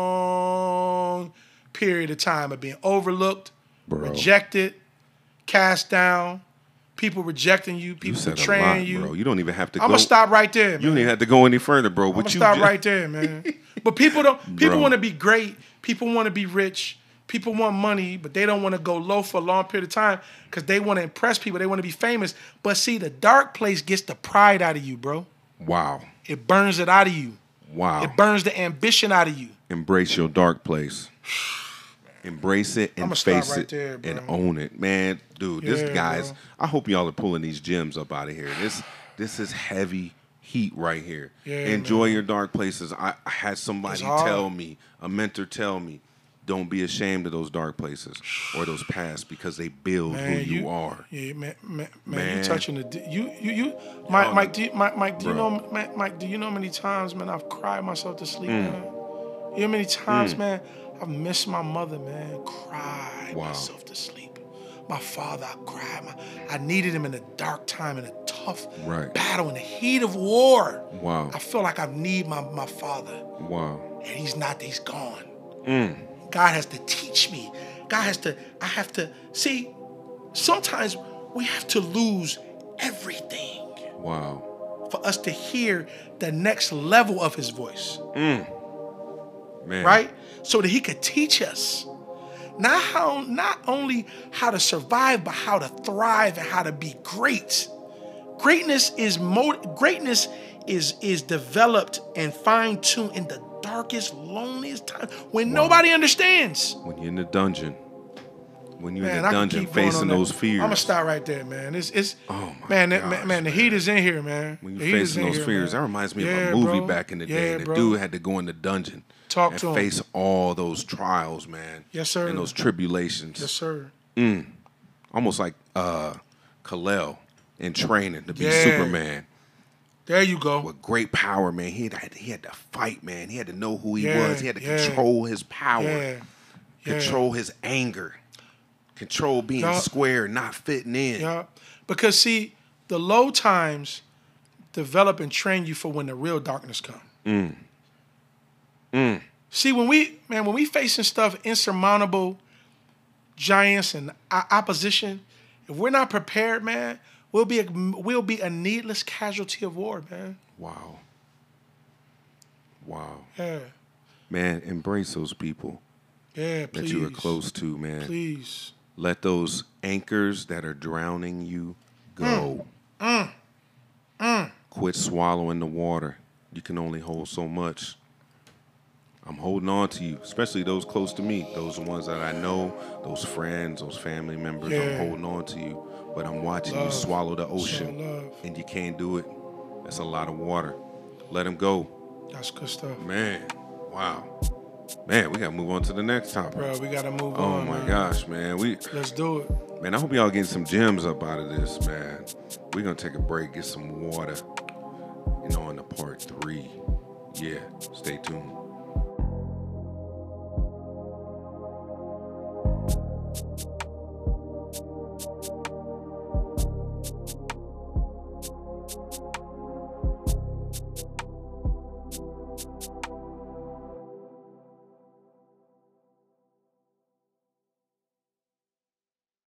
Speaker 2: long period of time of being overlooked,
Speaker 1: Bro.
Speaker 2: rejected, cast down, people rejecting you,
Speaker 1: You
Speaker 2: people
Speaker 1: said a
Speaker 2: betraying
Speaker 1: lot,
Speaker 2: you.
Speaker 1: bro. You don't even have to
Speaker 2: I'm
Speaker 1: go.
Speaker 2: gonna stop right there, man.
Speaker 1: You don't even have to go any further, bro. What
Speaker 2: I'm gonna
Speaker 1: you
Speaker 2: stop
Speaker 1: ju-
Speaker 2: right there, man. But
Speaker 1: [LAUGHS]
Speaker 2: people don't. People
Speaker 1: Bro.
Speaker 2: want to be great. People want to be rich. People want money, but they don't want to go low for a long period of time because they want to impress people. They want to be famous. But see, the dark place gets the pride out of you, bro.
Speaker 1: Wow.
Speaker 2: It burns it out of you.
Speaker 1: Wow.
Speaker 2: It burns the ambition out of you.
Speaker 1: Embrace your dark place. Embrace it and
Speaker 2: I'ma stop
Speaker 1: face
Speaker 2: right
Speaker 1: it
Speaker 2: there, bro.
Speaker 1: and own it, man, dude.
Speaker 2: Yeah,
Speaker 1: this guys,
Speaker 2: bro.
Speaker 1: I hope y'all are pulling these gems up out of here. This this is heavy heat right here.
Speaker 2: Yeah,
Speaker 1: Enjoy your dark places. I, I had somebody
Speaker 2: It's hard.
Speaker 1: tell me, a mentor tell me, don't be ashamed of those dark places or those pasts because they build
Speaker 2: Man,
Speaker 1: who you, are.
Speaker 2: Yeah, man, man, man, you
Speaker 1: Man.
Speaker 2: touching the d- you you you Mike
Speaker 1: Oh,
Speaker 2: Mike do you, Mike Mike do you
Speaker 1: bro.
Speaker 2: know Mike, Mike do you know how many times man I've cried myself to sleep
Speaker 1: Mm.
Speaker 2: man. You know how many times man I've missed my mother man cried
Speaker 1: Wow.
Speaker 2: myself to sleep. My father I cried. My, I needed him in a dark time in a tough
Speaker 1: Right.
Speaker 2: battle in the heat of war.
Speaker 1: Wow.
Speaker 2: I feel like I need my my father
Speaker 1: Wow.
Speaker 2: and he's not he's gone god has to teach me god has to i have to see sometimes we have to lose everything
Speaker 1: Wow.
Speaker 2: for us to hear the next level of his voice
Speaker 1: Man.
Speaker 2: right so that he could teach us not how not only how to survive but how to thrive and how to be great greatness is mo- greatness is is developed and fine-tuned in the darkest loneliest time when nobody understands
Speaker 1: When you're in the dungeon. When you're in
Speaker 2: man
Speaker 1: the
Speaker 2: i can
Speaker 1: dungeon
Speaker 2: keep going
Speaker 1: facing
Speaker 2: on
Speaker 1: those fears.
Speaker 2: i'm gonna stop right there man it's it's
Speaker 1: Oh my
Speaker 2: man, that-
Speaker 1: gosh,
Speaker 2: man man the heat is in here man
Speaker 1: When
Speaker 2: The
Speaker 1: you
Speaker 2: heat is
Speaker 1: facing
Speaker 2: in
Speaker 1: those
Speaker 2: here,
Speaker 1: fears,
Speaker 2: man.
Speaker 1: that reminds me
Speaker 2: Yeah,
Speaker 1: of a movie
Speaker 2: bro.
Speaker 1: back in the
Speaker 2: Yeah,
Speaker 1: day. The
Speaker 2: bro.
Speaker 1: dude had to go in the dungeon
Speaker 2: Talk
Speaker 1: and
Speaker 2: to him.
Speaker 1: face all those trials, man.
Speaker 2: Yes, sir.
Speaker 1: And those tribulations.
Speaker 2: yes sir
Speaker 1: Almost like uh Kalel in training to be
Speaker 2: Yeah.
Speaker 1: Superman.
Speaker 2: there you go
Speaker 1: With great power, man. He had, he had to fight, man. He had to know who he
Speaker 2: Yeah,
Speaker 1: was. He had to
Speaker 2: yeah.
Speaker 1: control his power,
Speaker 2: yeah yeah.
Speaker 1: control his anger, control being
Speaker 2: Yup.
Speaker 1: square, not fitting in.
Speaker 2: Yeah. Because see, the low times develop and train you for when the real darkness comes.
Speaker 1: Mm.
Speaker 2: See, when we man, when we facing stuff insurmountable giants and o- opposition, if we're not prepared, man, we'll be a, we'll be a needless casualty of war, man.
Speaker 1: Wow. Wow.
Speaker 2: Yeah,
Speaker 1: Man, embrace those people
Speaker 2: yeah.
Speaker 1: that
Speaker 2: Please,
Speaker 1: you were close to, man.
Speaker 2: Please,
Speaker 1: Let those anchors that are drowning you go.
Speaker 2: Mm.
Speaker 1: Quit swallowing the water. You can only hold so much. I I'm holding on to you, especially those close to me, those are ones that I know, those friends, those family members.
Speaker 2: Yeah. Oh.
Speaker 1: I'm holding on to you, but I'm watching you
Speaker 2: Love.
Speaker 1: swallow the
Speaker 2: Swallow
Speaker 1: ocean,
Speaker 2: love.
Speaker 1: and you can't do it. That's a lot of water. Let him go,
Speaker 2: That's good stuff.
Speaker 1: man. Wow, man. We gotta move on to the next topic.
Speaker 2: Bro, we gotta move
Speaker 1: oh
Speaker 2: on.
Speaker 1: my
Speaker 2: man.
Speaker 1: gosh, man. We
Speaker 2: Let's do it.
Speaker 1: Man, I hope y'all getting some gems up out of this, man. We're gonna take a break, get some water, and on to part three. Yeah, stay tuned.